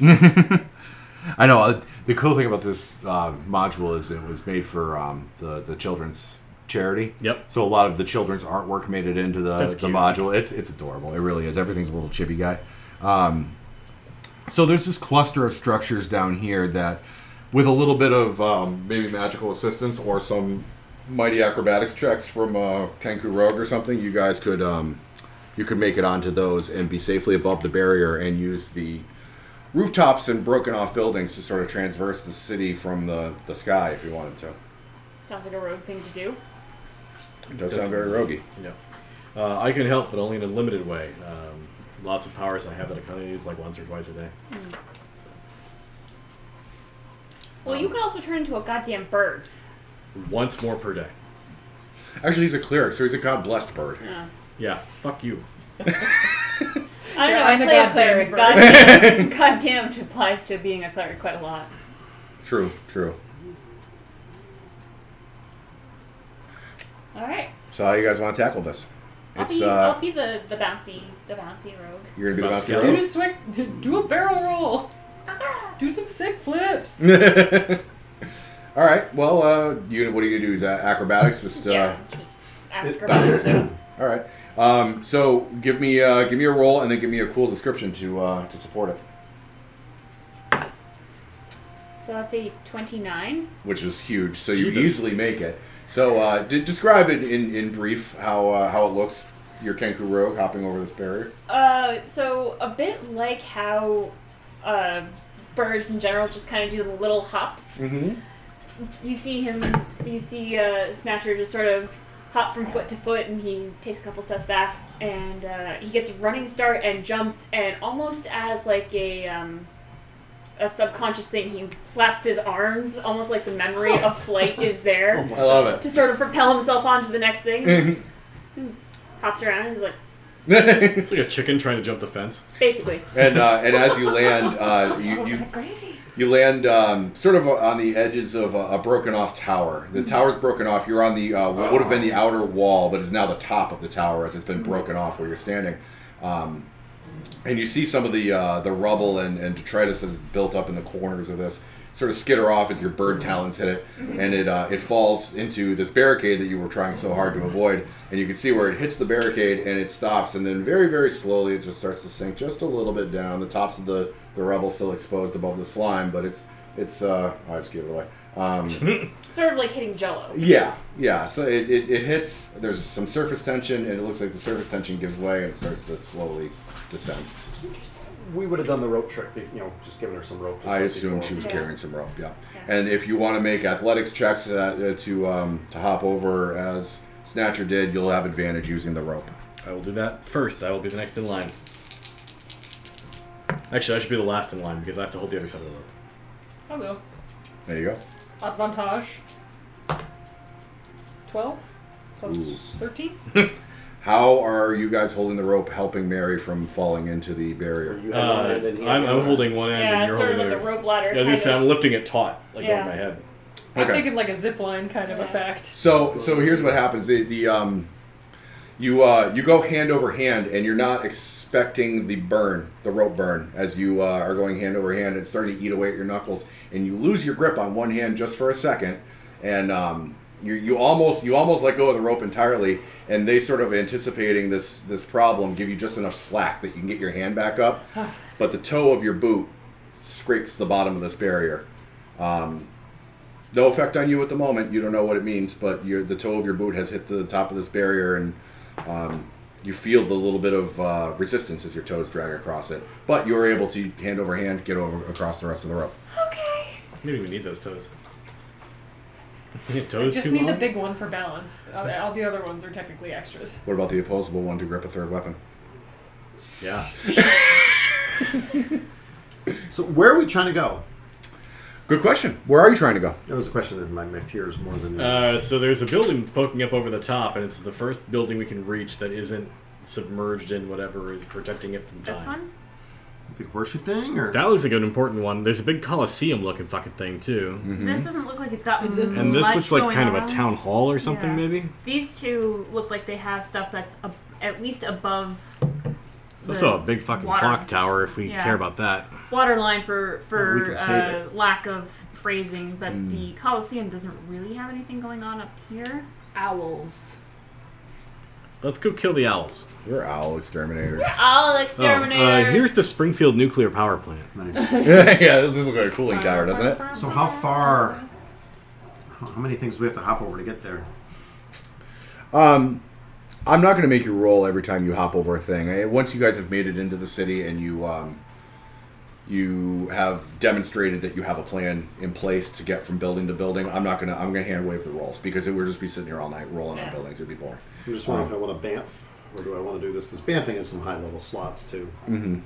S1: know. uh, The cool thing about this uh, module is it was made for um, the the children's charity.
S3: Yep.
S1: So a lot of the children's artwork made it into the,
S3: That's
S1: the
S3: cute.
S1: module. It's it's adorable. It really is. Everything's a little chibi guy. Um, so there's this cluster of structures down here that, with a little bit of um, maybe magical assistance or some mighty acrobatics checks from uh, Kenku Rogue or something, you guys could um, you could make it onto those and be safely above the barrier and use the rooftops and broken off buildings to sort of transverse the city from the, the sky if you wanted to.
S7: Sounds like a rogue thing to do.
S1: It does sound very roguey.
S3: No. Uh, I can help, but only in a limited way. Um, lots of powers I have that I can only use like once or twice a day.
S4: Hmm.
S3: So,
S7: Well, you could also turn into a goddamn bird.
S3: once more per day.
S1: Actually, he's a cleric, so he's a god blessed bird.
S7: Yeah.
S3: Yeah. Fuck you.
S7: I don't
S4: Yeah,
S7: know.
S4: I'm a
S7: I'm a
S4: goddamn
S7: goddamn cleric.
S4: bird.
S7: Goddamn, goddamn applies to being a cleric quite a lot.
S1: True, true.
S7: All right.
S1: So how you guys want to tackle this?
S7: I'll
S1: It's
S7: be, I'll
S1: uh,
S7: be the, the bouncy the bouncy rogue.
S1: you're gonna be
S3: Bounce
S1: bouncing
S4: Do
S1: around.
S4: a swick, do a barrel roll. Do some sick flips.
S1: All right. Well, uh, you what do you do? Is that acrobatics? Just uh,
S7: yeah, just acrobatics.
S1: all right. Um, so give me uh, give me a roll and then give me a cool description to uh, to support it,
S7: so let's say twenty nine.
S1: which is huge. So you
S3: Jeebus.
S1: easily make it. So uh, de- describe it in, in brief how uh, how it looks. Your Kenku Rogue hopping over this barrier.
S7: Uh, so a bit like how uh, birds in general just kind of do the little hops.
S1: Mm-hmm.
S7: You see him. You see uh, Snatcher just sort of hop from foot to foot, and he takes a couple steps back, and uh, he gets a running start and jumps, and almost as like a um, a subconscious thing, he flaps his arms, almost like the memory of flight is there
S1: I love it.
S7: to sort of propel himself onto the next thing. Hops around and is like,
S1: and
S3: It's like a chicken trying to jump the fence.
S7: basically,
S1: uh, and as you land, uh, you,
S5: Oh,
S1: you
S5: my gravy.
S1: you land um, sort of on the edges of a, a broken off tower.
S5: Mm-hmm.
S1: The tower's broken off. You're on the uh, what would have been the outer wall, but is now the top of the tower as it's been broken off where you're standing. Um, and you see some of the uh, the rubble and, and detritus that's built up in the corners of this sort of skitter off as your bird talons hit it, and it uh, it falls into this barricade that you were trying so hard to avoid. And you can see where it hits the barricade and it stops, and then very very slowly it just starts to sink just a little bit down. The tops of the the rubble still exposed above the slime, but it's it's uh I just gave it away. Um,
S7: sort of like hitting Jello.
S1: yeah, yeah. So it, it, it hits. There's some surface tension, and it looks like the surface tension gives way and it starts to slowly descend.
S6: We would have done the rope trick, you know, just giving her some rope. Just
S1: I
S6: like
S1: assume
S6: before.
S1: she was
S7: Yeah.
S1: carrying some rope. Yeah.
S7: Yeah.
S1: And if you want to make athletics checks uh, uh, to um, to hop over as Snatcher did, you'll have advantage using the rope.
S3: I will do that first. I will be the next in line. Actually, I should be the last in line because I have to hold the other side of the rope.
S4: I'll go.
S1: There you go.
S4: Advantage. 12 plus
S1: Ooh.
S4: 13.
S1: How are you guys holding the rope, helping Mary from falling into the
S6: Or
S1: barrier?
S6: you had one
S3: Uh,
S6: hand and he had
S3: I'm,
S6: the
S3: I'm
S6: other.
S3: holding one end
S7: Yeah,
S3: and you're
S7: sort of
S3: holding
S7: like
S3: the
S7: a
S3: other.
S7: rope ladder.
S3: I was
S7: kind
S3: gonna
S7: of.
S3: say I'm lifting it taut, like
S7: Yeah.
S3: over my head.
S4: I'm
S1: Okay.
S4: thinking like a zip line kind of
S7: Yeah.
S4: effect.
S1: So so here's what happens. The, the um, you uh, you go hand over hand, and you're not expecting the burn, the rope burn, as you uh, are going hand over hand. It's starting to eat away at your knuckles, and you lose your grip on one hand just for a second, and um, you you almost you almost let go of the rope entirely. And they sort of anticipating this this problem, give you just enough slack that you can get your hand back up, but the toe of your boot scrapes the bottom of this barrier. Um, no effect on you at the moment. You don't know what it means, but your the toe of your boot has hit the top of this barrier, and um, you feel the little bit of uh, resistance as your toes drag across it. But you are able to hand over hand get over across the rest of the rope.
S5: Okay.
S3: You don't even need those toes. toes
S4: Just
S3: too
S4: need the
S3: long?
S4: big one for balance. All the- all the other ones are technically extras.
S1: What about the opposable one to grip a third weapon?
S3: Yeah.
S6: So where are we trying to go?
S1: Good question. Where are you trying to go?
S6: That was a question that my, my peers more than.
S3: Uh, so there's a building that's poking up over the top, and it's the first building we can reach that isn't submerged in whatever is protecting it from time.
S7: This one?
S6: big worship thing, or
S3: That looks like an important one. There's a big coliseum looking fucking thing too,
S7: This doesn't look like it's got
S4: Is this-
S3: and this
S7: much
S3: looks like
S7: going
S3: kind
S7: on.
S3: of a town hall or something
S7: Yeah.
S3: maybe.
S7: These two look like they have stuff that's ab- at least above
S3: It's
S7: The
S3: also a big fucking
S7: water.
S3: clock tower if we
S7: Yeah.
S3: care about that.
S7: water line for
S6: Well, we
S7: for
S6: can save
S7: uh, lack of phrasing, but the Colosseum doesn't really have anything going on up here.
S4: Owls.
S3: Let's go kill the owls.
S1: We're owl exterminators.
S7: All
S3: Oh, uh, here's the Springfield nuclear power plant.
S6: nice.
S1: yeah, this looks like a cooling tower, doesn't it?
S6: so how far? How how many things do we have to hop over to get there?
S1: Um, I'm not going to make you roll every time you hop over a thing. Eh, Once you guys have made it into the city and you um, you have demonstrated that you have a plan in place to get from building to building, I'm not gonna I'm gonna hand wave the rolls because it would just be sitting here all night rolling on
S7: Yeah.
S1: buildings. It'd be boring.
S6: I'm just wondering if I want to bamf or do I want to do this because bamfing has some high level slots too. Mm-hmm.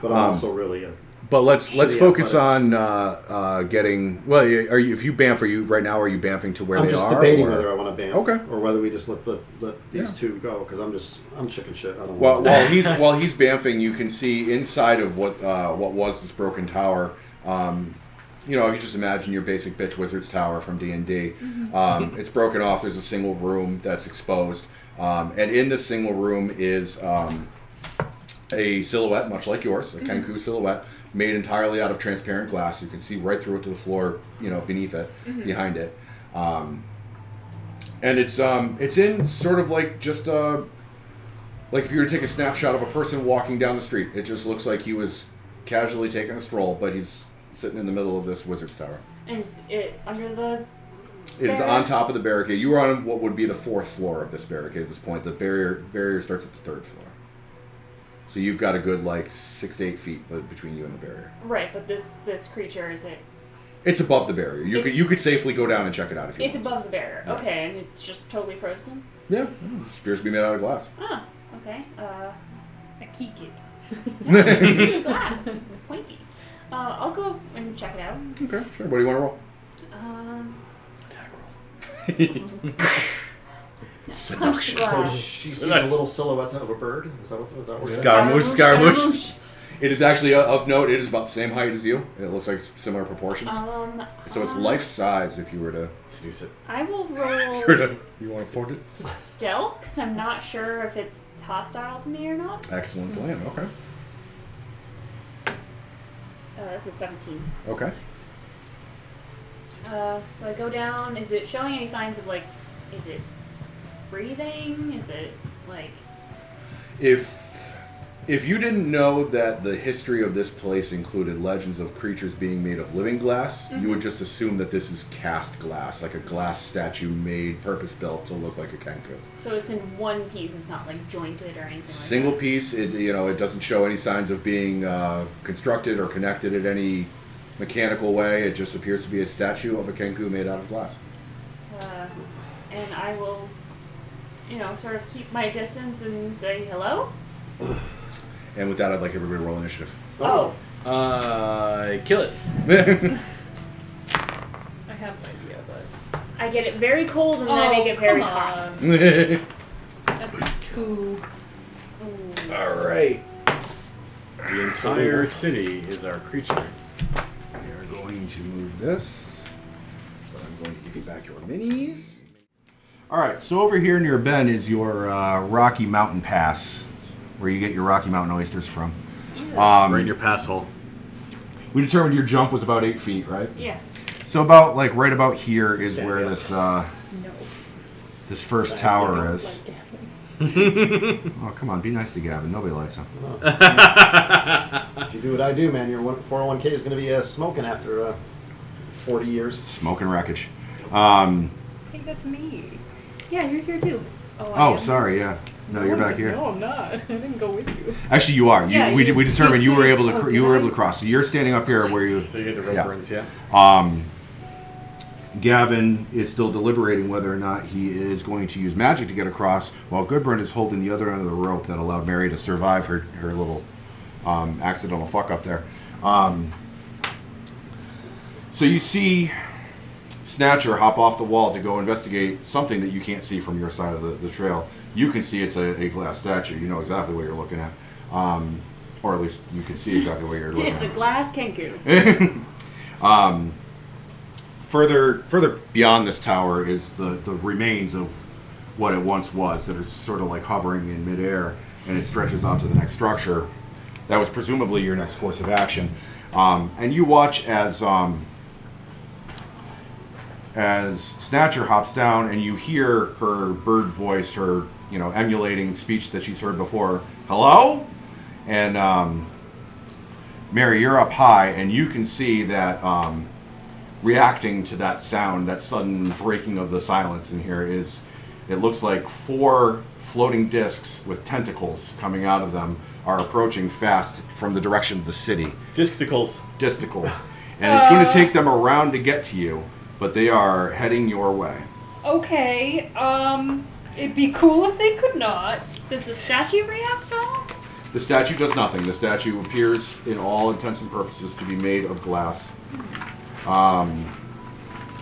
S6: But I'm
S1: Um,
S6: also really a
S1: But let's let's
S6: Shitty
S1: focus on
S6: athletics.
S1: uh, uh, getting. Well, you- are you if you bamf are you right now? Are you bamfing to where
S6: I'm
S1: they
S6: just
S1: are?
S6: debating
S1: or-
S6: whether I want to bamf
S1: Okay.
S6: or whether we just let let, let these
S1: Yeah.
S6: two go because I'm just I'm chicken shit. I don't
S1: While,
S6: want to.
S1: while he's while he's bamfing, you can see inside of what uh, what was this broken tower. Um, you know, you just imagine your basic bitch wizard's tower from D and D. um, It's broken off. There's a single room that's exposed, um, and in this single room is um, a silhouette, much like yours, a Kenku silhouette, made entirely out of transparent glass. You can see right through it to the floor. You know, beneath it, behind it. Um, and it's um, it's in sort of like just a like if you were to take a snapshot of a person walking down the street, it just looks like he was casually taking a stroll, but he's sitting in the middle of this wizard's tower.
S7: Is it under the?
S1: It is on top of the barricade. You are on what would be the fourth floor of this barricade at this point. The barrier barrier starts at the third floor, so you've got a good like six to eight feet be- between you and the barrier.
S7: Right, but this this creature is it?
S1: It's above the barrier. You could
S7: It's-
S1: you could safely go down and check it out if you
S7: It's
S1: want.
S7: above the barrier.
S1: Right.
S7: Okay, and it's just totally frozen.
S1: Yeah, spears be made out of glass.
S7: Oh, okay. Uh,
S4: A kiki.
S7: glass. Pointy. Uh, I'll go and check it out.
S1: Okay, sure. What do you want to roll?
S7: Um,
S3: Attack roll.
S7: punch the glass.
S6: She sees a little silhouette of a bird. Is that what is that what it is?
S1: Scaramouche,
S7: Scaramouche,
S1: Scaramouche. It is actually uh, of note. It is about the same height as you. It looks like similar proportions.
S7: Um,
S1: so it's
S7: um,
S1: life size if you were to.
S3: Seduce it.
S7: I will roll
S1: to you want to afford it?
S7: stealth because I'm not sure if it's hostile to me or not.
S1: Excellent plan. Okay.
S7: Uh, that's a 17.
S1: Okay.
S7: Uh, do I go down? Is it showing any signs of like, is it breathing? Is it like,
S1: If if you didn't know that the history of this place included legends of creatures being made of living glass, you would just assume that this is cast glass, like a glass statue made purpose built to look like a kenku.
S7: so it's in one piece? It's not like jointed or anything.
S1: Single
S7: Like
S1: piece. It you know it doesn't show any signs of being uh, constructed or connected in any mechanical way. It just appears to be a statue of a kenku made out of glass.
S7: that. Uh, and I will, you know, sort of keep my distance and say hello.
S1: And with that, I'd like everybody to roll initiative.
S7: Oh,
S3: Uh, kill it.
S4: I have an idea, but Oh,
S7: I get it very cold and then I make it very hot.
S4: That's two.
S1: All right.
S3: The entire city is our creature.
S1: We are going to move this. But I'm going to give you back your minis. All right, so over here near Ben is your uh, Rocky Mountain Pass, where you get your Rocky Mountain oysters from. Um,
S3: Right in your passhole.
S1: we determined your jump was about eight feet, right?
S7: Yeah.
S1: So about like right about here is
S3: Stand
S1: where
S3: up.
S1: this uh,
S4: No.
S1: this first tower is. Oh come on, be nice to Gavin. Nobody likes him.
S6: If you do what I do, man, your one- 401k is going to be uh, smoking after uh, 40 years.
S1: Smoking wreckage. Um,
S4: I think that's me.
S7: Yeah, you're here too.
S4: I
S1: oh,
S4: am-
S1: sorry. Yeah. No, you're back here.
S4: No, I'm not. I didn't go with you.
S1: Actually, you are. You,
S7: Yeah,
S1: we,
S7: you-
S1: we
S7: you
S1: determined you were
S7: stood-
S1: able to
S7: oh,
S1: cr-
S7: did
S1: you were able
S7: I?
S1: to cross. So you're standing up here where you
S3: So you get the rope
S1: Yeah.
S3: burns, yeah?
S1: Um, Gavin is still deliberating whether or not he is going to use magic to get across, while Goodburn is holding the other end of the rope that allowed Mary to survive her, her little um, accidental fuck up there. Um, so you see Snatcher hop off the wall to go investigate something that you can't see from your side of the, the trail. You can see it's a, a glass statue. You know exactly what you're looking at. Um, or at least you can see exactly what you're looking
S7: It's
S1: at
S7: a glass kenku.
S1: further further beyond this tower is the, the remains of what it once was that is sort of like hovering in midair and it stretches out to the next structure that was presumably your next course of action um, and you watch as um, as snatcher hops down and you hear her bird voice her you know emulating speech that she's heard before hello and um, mary you're up high and you can see that um, reacting to that sound, that sudden breaking of the silence in here is it looks like four floating discs with tentacles coming out of them are approaching fast from the direction of the city.
S3: Discticles.
S1: Disticles. And it's going to take them around to get to you, but they are heading your way.
S4: Okay. Um, it'd be cool if they could not.
S7: Does the statue react at all?
S1: The statue does nothing. The statue appears, in all intents and purposes, to be made of glass.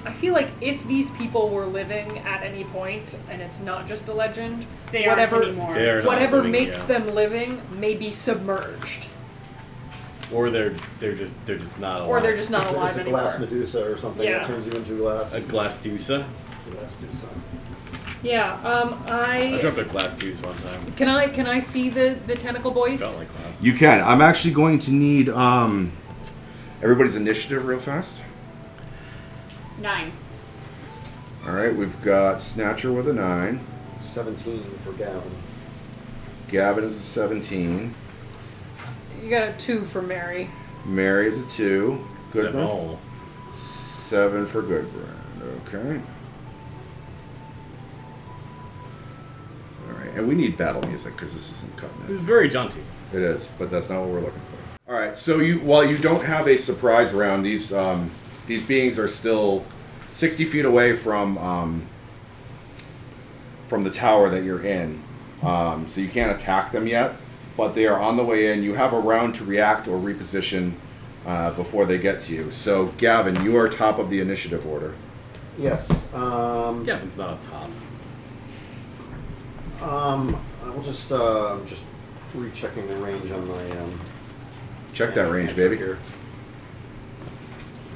S4: I feel like if these people were living at any point, and it's not just a legend,
S7: They
S4: whatever
S7: aren't anymore.
S3: They are not
S4: whatever
S3: living,
S4: makes
S3: yeah.
S4: them living may be submerged,
S3: Or they're they're just they're just not alive.
S4: or they're just not
S6: It's, a-
S4: alive
S6: it's a
S4: anymore.
S6: glass Medusa or something
S4: Yeah.
S6: that turns you into glass.
S3: a glass deusa.
S6: glass Medusa.
S4: yeah. Um,
S3: I
S4: I
S3: dropped a glass deuce one time.
S4: can I can I see the the tentacle boys?
S3: Felt like glass.
S1: You can. I'm actually going to need um, everybody's initiative real fast.
S7: Nine.
S1: All right, we've got Snatcher with a nine.
S6: 17 for Gavin.
S1: Gavin is a 17.
S4: You got a two for Mary.
S1: Mary is a 2.
S3: Seven
S1: Goodburn?
S3: all.
S1: 7 for Goodburn. Okay. Alright, and we need battle music because this isn't
S3: It was
S1: cutting
S3: very jaunty.
S1: it. It is, but that's not what we're looking for. Alright, so you while you don't have a surprise round, these um, these beings are still 60 feet away from um, from the tower that you're in. Um, so you can't attack them yet, but they are on the way in. You have a round to react or reposition uh, before they get to you. So, Gavin, you are top of the initiative order.
S6: Yes. Um,
S3: Gavin's not up top.
S6: Um, I will just uh, I'm just rechecking the range on my um,
S1: Check that
S6: cantrip-
S1: range,
S6: cantrip
S1: baby.
S6: Here.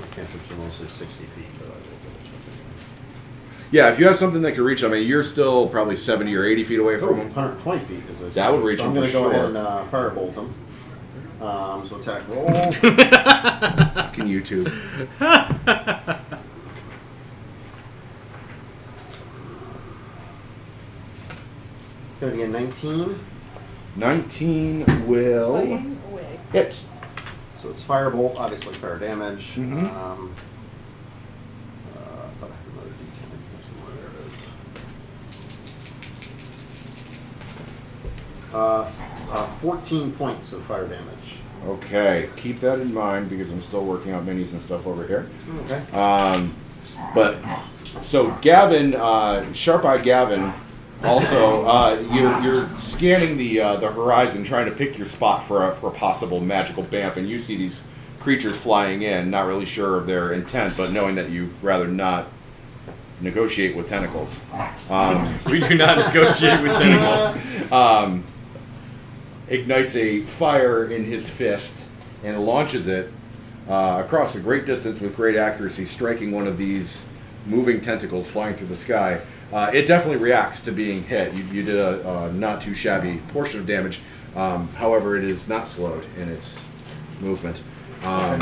S6: My cantrips are mostly sixty feet, but I will double check it.
S1: Yeah, if you have something that can reach them, I mean, you're still probably 70 or 80 feet away
S6: Oh,
S1: from them.
S6: 120 feet is this?
S1: That would reach
S6: so
S1: him
S6: I'm gonna
S1: for
S6: go
S1: sure.
S6: ahead and uh, firebolt him. Um, so attack roll.
S1: Fucking YouTube.
S6: it's gonna be a 19,
S1: 19 will
S4: Playing away.
S1: hit.
S6: so it's firebolt, obviously fire damage.
S1: Mhm.
S6: Um, uh, I thought I had another D10 somewhere. There it is. Uh, uh, 14 points of fire damage.
S1: Okay, keep that in mind because I'm still working out minis and stuff over here.
S6: Okay.
S1: Um, but so Gavin, uh, Sharp Eye Gavin, also uh, you're, you're scanning the uh, the horizon, trying to pick your spot for a, for a possible magical bamf, and you see these creatures flying in, not really sure of their intent, but knowing that you rather not negotiate with tentacles. Um,
S3: We do not negotiate with Tentacle.
S1: um, ignites a fire in his fist and launches it uh, across a great distance with great accuracy, striking one of these moving tentacles flying through the sky. Uh, it definitely reacts to being hit. You, you did a, uh not too shabby portion of damage. Um, however, it is not slowed in its movement. Um,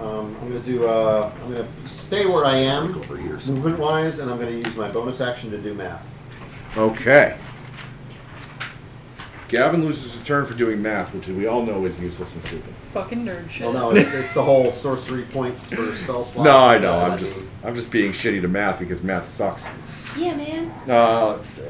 S6: Um, I'm gonna do. Uh, I'm gonna stay where I am,
S1: over here.
S6: movement wise, and I'm gonna use my bonus action to do math.
S1: Okay. Gavin loses his turn for doing math, which we all know is useless and stupid.
S4: Fucking nerd shit.
S6: Well, no, it's, it's the whole sorcery points for spell slots.
S1: No, I know.
S6: That's what
S1: I'm just I'm just being shitty to math because math sucks.
S5: Yeah, man.
S1: Uh, let's see.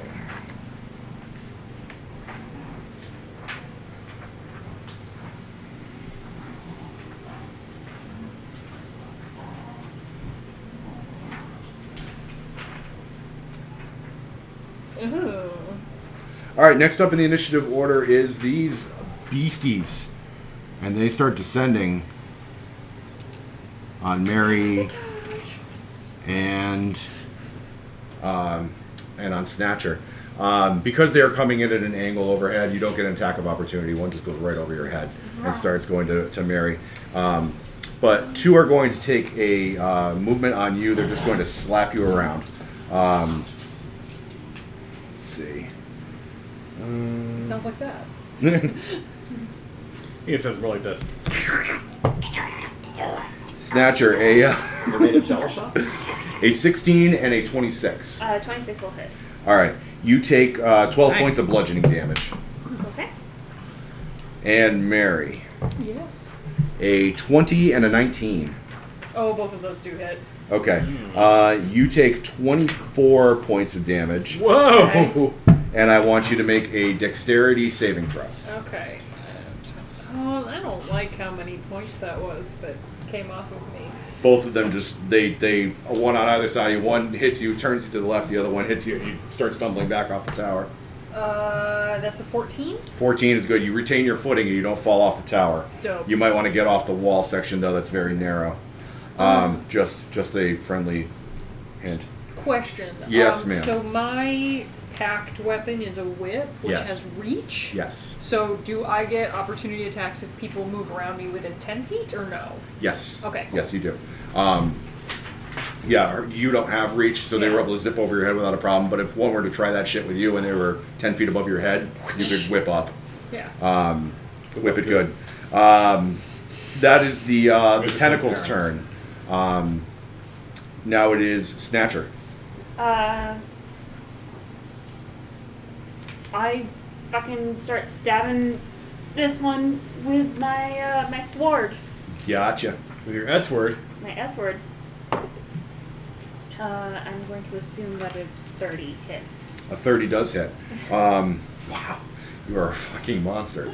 S4: Ooh.
S1: All right, next up in the initiative order is these beasties, and they start descending on Mary and um, and on Snatcher. Um, because they are coming in at an angle overhead, you don't get an attack of opportunity. One just goes right over your head and starts going to, to Mary. Um, but two are going to take a uh, movement on you. They're just going to slap you around. Um, let's see.
S4: It sounds like that.
S3: It sounds more like this.
S1: Snatcher, a uh,
S6: I mean. They're made of jello shots.
S1: a 16 and a 26.
S7: Uh, 26 will hit.
S1: All right, you take uh, 12
S4: Alright.
S1: points of bludgeoning damage.
S7: Okay.
S1: And Mary,
S4: Yes.
S1: a 20 and a 19.
S4: Oh, both of those do hit.
S1: Okay, uh, you take 24 points of damage,
S3: Whoa!
S4: Okay.
S1: and I want you to make a dexterity saving throw.
S4: Okay. Oh, I don't like how many points that was that came off of me.
S1: Both of them just they they one on either side. of you. One hits you, turns you to the left. The other one hits you. and You start stumbling back off the tower.
S4: Uh, that's a 14?
S1: 14 is good. You retain your footing and you don't fall off the tower.
S4: Dope.
S1: You might want to get off the wall section though. That's very narrow.
S4: Mm.
S1: Um, just just a friendly hint.
S4: Question.
S1: Yes,
S4: um,
S1: ma'am.
S4: So my packed weapon is a whip, which
S1: Yes.
S4: has reach.
S1: Yes.
S4: So do I get opportunity attacks if people move around me within 10 feet or no?
S1: Yes.
S4: Okay.
S1: Yes, you do. Um, yeah, her- you don't have reach, so they were
S4: Yeah.
S1: able to zip over your head without a problem. But if one were to try that shit with you and they were ten feet above your head, you could whip up,
S4: Yeah.
S1: whip it good. Um, that is the uh, the
S3: Whip it
S1: tentacles'
S3: somewhere
S1: turn. Um, now it is Snatcher.
S7: Uh, I fucking start stabbing this one with my uh, my sword,
S1: Gotcha.
S3: With your S word,
S7: my S word. Uh, I'm going to assume that a 30 hits.
S1: A 30 does hit. Um, wow. You are a fucking monster.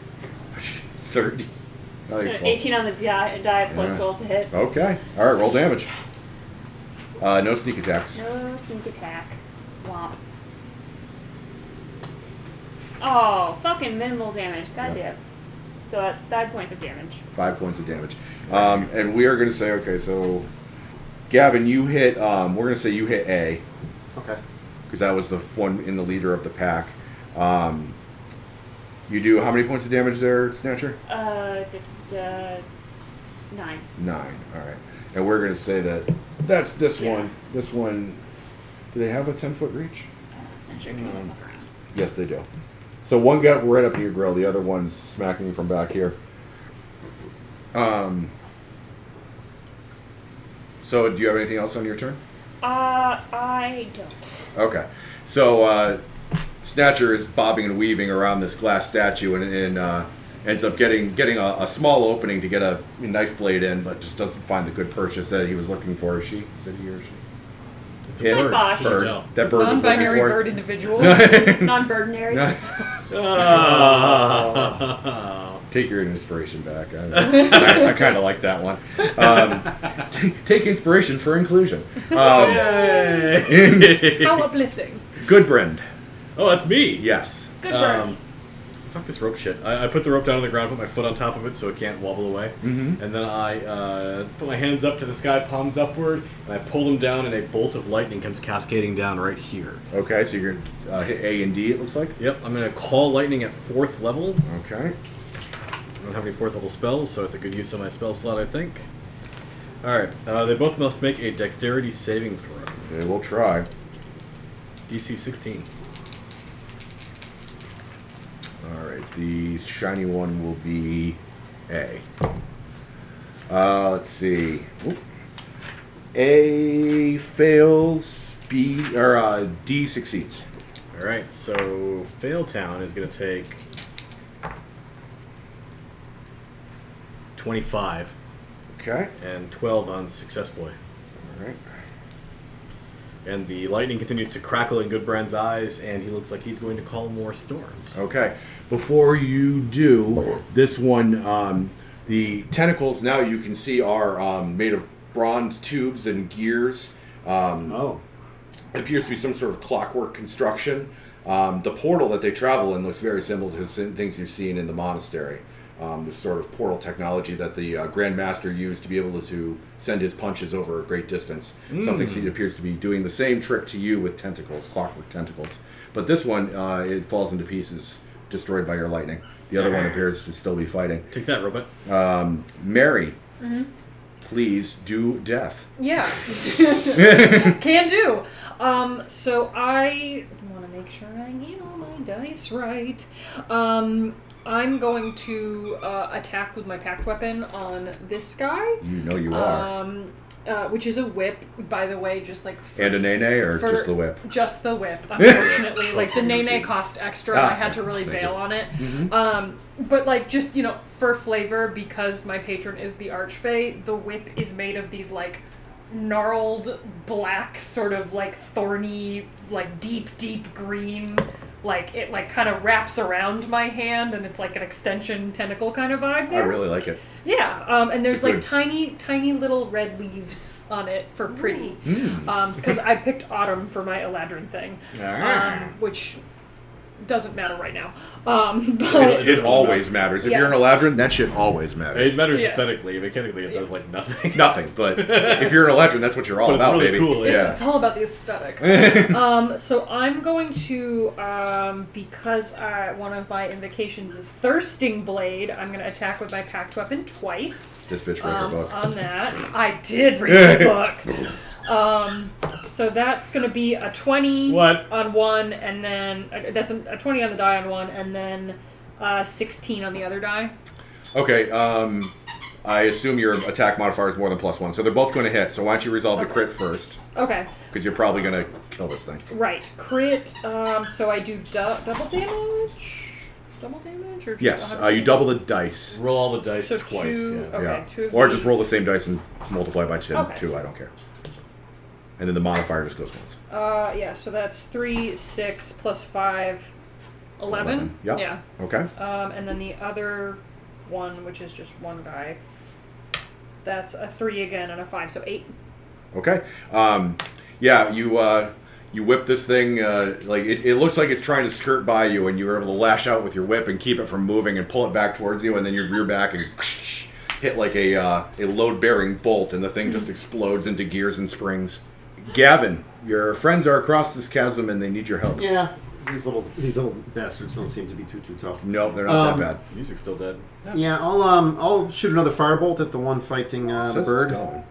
S1: 30. Oh, you're full.
S7: 18 on the die, die plus
S1: Yeah.
S7: 12 to hit.
S1: Okay. All right, roll damage. Uh, no sneak attacks.
S7: No sneak attack. Womp. Oh, fucking minimal damage. God
S1: Yeah.
S7: damn. So that's five points of damage.
S1: Five points of damage. Um, and we are going to say, okay, so Gavin, you hit. Um, we're going to say you hit A
S6: Okay.
S1: because that was the one in the leader of the pack. Um, you do how many points of damage there, Snatcher?
S7: Uh, d- d- uh, nine.
S1: Nine. All right. And we're going to say that that's this
S7: Yeah.
S1: one. This one. Do they have a ten foot reach?
S7: That's not sure. Can
S1: Mm.
S7: walk around?
S1: Yes, they do. So one got right up to your grill, the other one's smacking you from back here. Um. So, do you have anything else on your turn?
S7: Uh, I don't.
S1: Okay. So, uh, Snatcher is bobbing and weaving around this glass statue and, and uh, ends up getting getting a, a small opening to get a knife blade in, but just doesn't find the good purchase that he was looking for. Is she? Is it he or she?
S3: It's
S1: Yeah,
S7: bird. Bosh.
S3: You
S1: Bird.
S3: can tell.
S1: That bird was looking
S4: Non-binary
S1: for.
S4: bird individual.
S7: Non-burdenary.
S1: No.
S3: Oh, Ah.
S1: Take your inspiration back. I, I, kind of like that one. Um, t- take inspiration for inclusion. Um,
S3: Yay.
S4: How uplifting.
S1: Goodbrand.
S3: oh, that's me.
S1: Yes.
S7: Good bird.
S3: Um, fuck this rope shit. I, I put the rope down on the ground, put my foot on top of it so it can't wobble away,
S1: Mhm.
S3: and then I uh, put my hands up to the sky, palms upward, and I pull them down, and a bolt of lightning comes cascading down right here.
S1: Okay, so you're gonna uh, hit A and D. It looks like.
S3: Yep, I'm gonna call lightning at fourth level.
S1: Okay.
S3: I don't have any fourth level spells, so it's a good use of my spell slot, I think. All right, uh, they both must make a dexterity saving throw.
S1: They will try.
S3: DC 16.
S1: All right. The shiny one will be A. Uh, let's see. Oop. A fails. B or uh, D succeeds.
S3: All right, so Failtown is gonna take 25
S1: Okay.
S3: and 12 on Success Boy.
S1: All right.
S3: And the lightning continues to crackle in Goodbrand's eyes, and he looks like he's going to call more storms.
S6: Oh.
S1: Okay. Before you do, this one, um, the tentacles now you can see are um, made of bronze tubes and gears. Um,
S6: Oh.
S1: it appears to be some sort of clockwork construction. Um, the portal that they travel in looks very similar to the things you've seen in the monastery. Um, this sort of portal technology that the uh, Grand Master used to be able to send his punches over a great distance.
S4: Hmm.
S1: Something she appears to be doing the same trick to you with tentacles, clockwork tentacles. But this one, uh, it falls into pieces, destroyed by your lightning. The other one appears to still be fighting.
S3: Take that, robot.
S1: Mary,
S4: Mm-hmm.
S1: please do death.
S4: Yeah. Can do. Um, so I want to make sure I get all my dice right. Um, I'm going to uh, attack with my packed weapon on this guy,
S1: You know you are.
S4: um, uh, which is a whip, by the way, just like for,
S1: and a nay nay or
S4: for-
S1: just the whip?
S4: Just the whip, unfortunately. like the
S3: Okay,
S4: nay nay
S3: too.
S4: cost extra.
S1: Ah,
S4: I had to really
S1: thank
S4: bail
S1: you. Mm-hmm.
S4: on it. Um, but like just you know for flavor, because my patron is the archfey, the whip is made of these like gnarled black sort of like thorny like deep deep green like it like kind of wraps around my hand and it's like an extension tentacle kind of vibe
S1: I
S4: there.
S1: really like it.
S4: Yeah, um, and
S1: It's
S4: there's
S1: a
S4: like
S1: good-
S4: tiny, tiny little red leaves on it for pretty,
S1: Mm.
S4: because I picked autumn for my Eladrin thing, um, which doesn't matter right now. Um, but
S1: It, it always matters. If
S4: Yeah.
S1: you're an Eladrin, that shit always
S3: Uh, It
S1: matters.
S3: matters
S4: Yeah.
S3: aesthetically. Mechanically, it does like nothing.
S1: Nothing, but if you're an Eladrin, that's what you're all
S3: But it's
S1: about,
S3: really
S1: baby.
S3: cool,
S4: it's,
S1: yeah.
S4: it's all about the aesthetic. um, so I'm going to, um, because uh, one of my invocations is Thirsting Blade, I'm going to attack with my packed weapon twice.
S1: This bitch read
S4: um,
S1: her book.
S4: on that. I did read the book. Um, so that's going to be a 20
S3: What?
S4: on one, and then uh, that's a, a 20 on the die on one, and then uh, 16 on the other die.
S1: Okay, um, I assume your attack modifier is more than plus one, so they're both going to hit. So why don't you resolve the crit first?
S4: Okay,
S1: Because you're probably going to kill this thing.
S4: right. Crit. Um, so I do du- double damage? Double damage? Or just
S1: Yes,
S4: 100?
S1: uh, you double the dice.
S3: Roll all the dice
S4: So
S3: twice.
S4: two-
S3: yeah.
S4: Okay,
S1: yeah.
S4: two of
S1: or just roll the
S4: these.
S1: same dice and multiply by two,
S4: Okay.
S1: two I don't care. And then the modifier just goes once.
S4: Uh, yeah, so that's 3, 6, plus 5, 11.
S1: 11, yep.
S4: Yeah.
S1: Okay?
S4: Um, and then the other one, which is just one guy, that's a three again and a five, so eight.
S1: Okay. Um, yeah, you uh, you whip this thing uh, like it, it looks like it's trying to skirt by you, and you are able to lash out with your whip and keep it from moving and pull it back towards you, and then you rear back and hit like a uh, a load bearing bolt, and the thing
S6: Mm-hmm.
S1: just explodes into gears and springs. Gavin, your friends are across this chasm, and they need your help.
S6: Yeah, these little these little bastards don't seem to be too too tough.
S1: No, they're not
S6: Um,
S1: that bad.
S3: Music's still dead.
S6: Yeah, I'll um I'll shoot another firebolt at the one fighting uh, the
S1: Says
S6: bird.
S1: It's going.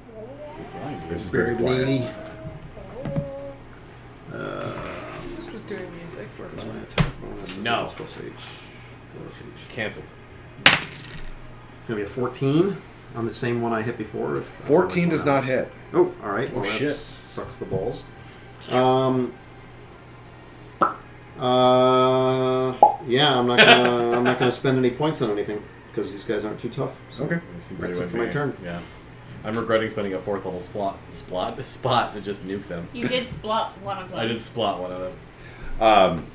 S3: It's lying, dude.
S1: This is very quiet.
S6: lady.
S4: This was doing music for
S6: That's
S4: me.
S6: my attack bonus.
S3: No.
S6: It's plus H. Plus H.
S3: Cancelled.
S6: It's gonna be a 14 on the same one I hit before. If I don't know which
S1: 14
S6: one
S1: does
S6: that
S1: not
S6: was.
S1: hit.
S6: Oh, all right. Well, that
S3: shit.
S6: sucks the balls. Um. Uh, yeah, I'm not gonna I'm not gonna spend any points on anything because these guys aren't too tough. So.
S1: Okay.
S3: That's
S6: That's it for my turn.
S3: Yeah. I'm regretting spending a fourth level spot spot spot to just nuke them.
S7: You did splot one of them.
S3: I did splat one of them.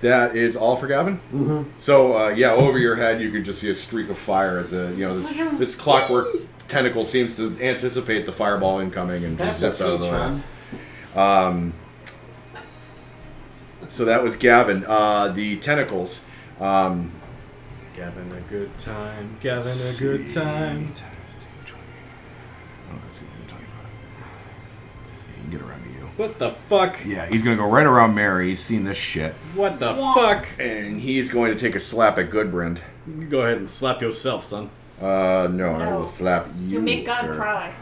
S1: That is all for Gavin. Mm-hmm. So uh, yeah, over your head, you could just see a streak of fire as a you know this this clockwork tentacle seems to anticipate the fireball incoming and just zips out of the way. So that was Gavin. Uh, the tentacles. Um,
S3: Gavin a good time. Gavin a good time.
S1: Oh,
S3: What the fuck?
S1: Yeah, he's gonna go right around Mary. He's seen this shit,
S3: What the
S7: Wah.
S3: fuck?
S1: and he's going to take a slap at Goodbrand.
S3: You can go ahead and slap yourself, son.
S1: Uh, no, I will
S7: No.
S1: slap you.
S7: Oh. You make God
S1: sir.
S7: cry.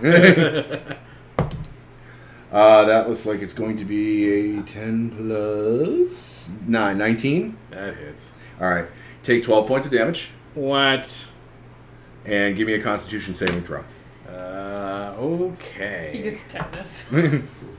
S1: Uh, that looks like it's going to be a 10 plus 9, 19.
S3: That hits.
S1: All right. Take 12 points of damage
S3: What?
S1: and give me a constitution saving throw.
S3: Uh, okay.
S4: He gets tetanus.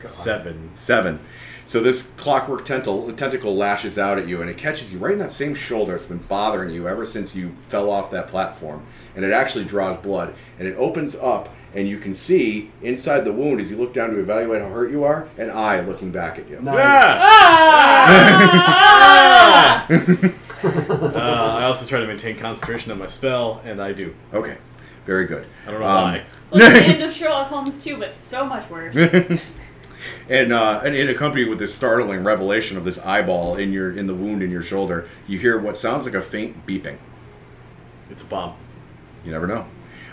S3: seven.
S1: Seven. So this clockwork tentacle, tentacle lashes out at you and it catches you right in that same shoulder. It's been bothering you ever since you fell off that platform. And it actually draws blood and it opens up and you can see inside the wound as you look down to evaluate how hurt you are an eye looking back at you.
S6: Nice.
S3: Ah! uh, I also try to maintain concentration on my spell, and I do.
S1: Okay. Very good.
S3: I don't know
S1: Um,
S3: why.
S7: It's like the end of Sherlock Holmes 2, but so much worse.
S1: and uh, and it accompanied with this startling revelation of this eyeball in your in the wound in your shoulder. You hear what sounds like a faint beeping.
S3: It's a bomb.
S1: You never know.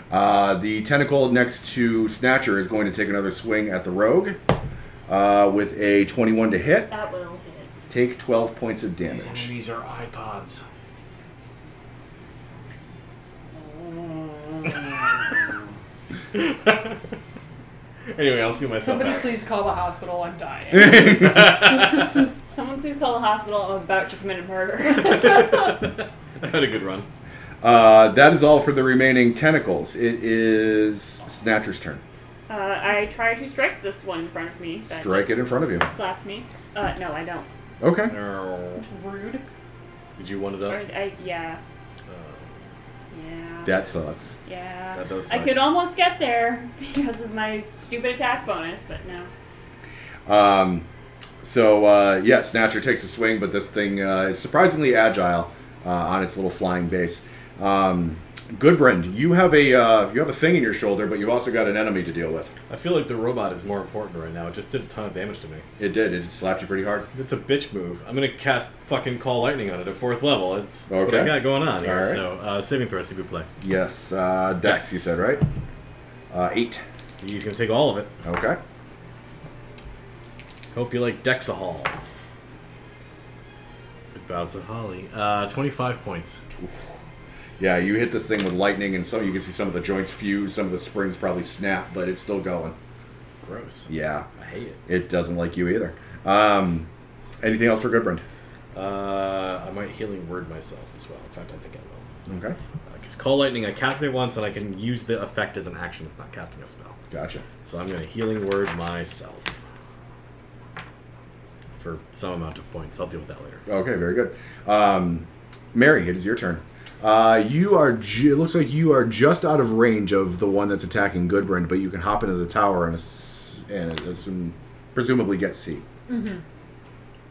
S1: Uh, the tentacle next to Snatcher is going to take another swing at the rogue uh, with a 21 to hit.
S7: That will hit.
S1: Take 12 points of damage.
S3: enemies are iPods. anyway, I'll see myself.
S4: Somebody
S3: out.
S4: please call the hospital. I'm dying.
S7: Someone please call the hospital. I'm about to commit a murder.
S3: I had a good run.
S1: Uh, that is all for the remaining tentacles. It is Snatcher's turn.
S7: uh, I try to strike this one in front of me. That
S1: Strike it in front of you.
S7: just Slapped me. Uh, no, I don't.
S1: Okay.
S4: Rude.
S3: Did you one
S1: Uh.
S3: of
S7: Or,
S3: them?
S7: I, yeah. Yeah.
S1: That sucks.
S7: yeah.
S3: That does
S7: I
S3: suck.
S7: could almost get there because of my stupid attack bonus, but no.
S1: Um, so uh, yeah, Snatcher takes a swing, but this thing uh, is surprisingly agile uh, on its little flying base. Um, Goodbrand, you have a uh, you have a thing in your shoulder, but you've also got an enemy to deal with.
S3: I feel like the robot is more important right now. It just did a ton of damage to me.
S1: It did. It slapped you pretty hard.
S3: It's a bitch move. I'm gonna cast fucking call lightning on it at fourth level. It's that's what
S1: Okay.
S3: I got going on here.
S1: All right.
S3: So uh, saving throw, see if we play.
S1: Yes, uh, Dex,
S3: Dex.
S1: You said right. Uh, eight.
S3: He's gonna take all of it.
S1: Okay.
S3: Hope you like Dexahol. With Bows of Holly. Uh, 25 points.
S1: Yeah, you hit this thing with lightning, and so you can see some of the joints fuse, some of the springs probably snap, but it's still going.
S3: It's gross.
S1: Yeah,
S3: I hate
S1: it doesn't like you either. Um, anything else for Goodbrand?
S3: it. Uh, I might healing word myself as well. In fact, I think I will.
S1: Okay.
S3: Because call lightning, I cast it once and I can use the effect as an action. It's not casting a spell.
S1: Gotcha.
S3: So I'm gonna healing word myself. For some amount of points. I'll deal with that later.
S1: Okay, very good. Um, Mary, it is your turn. Uh, you are. Ju- it looks like you are just out of range of the one that's attacking Goodbrand, but you can hop into the tower and, ass- and assume, presumably get C.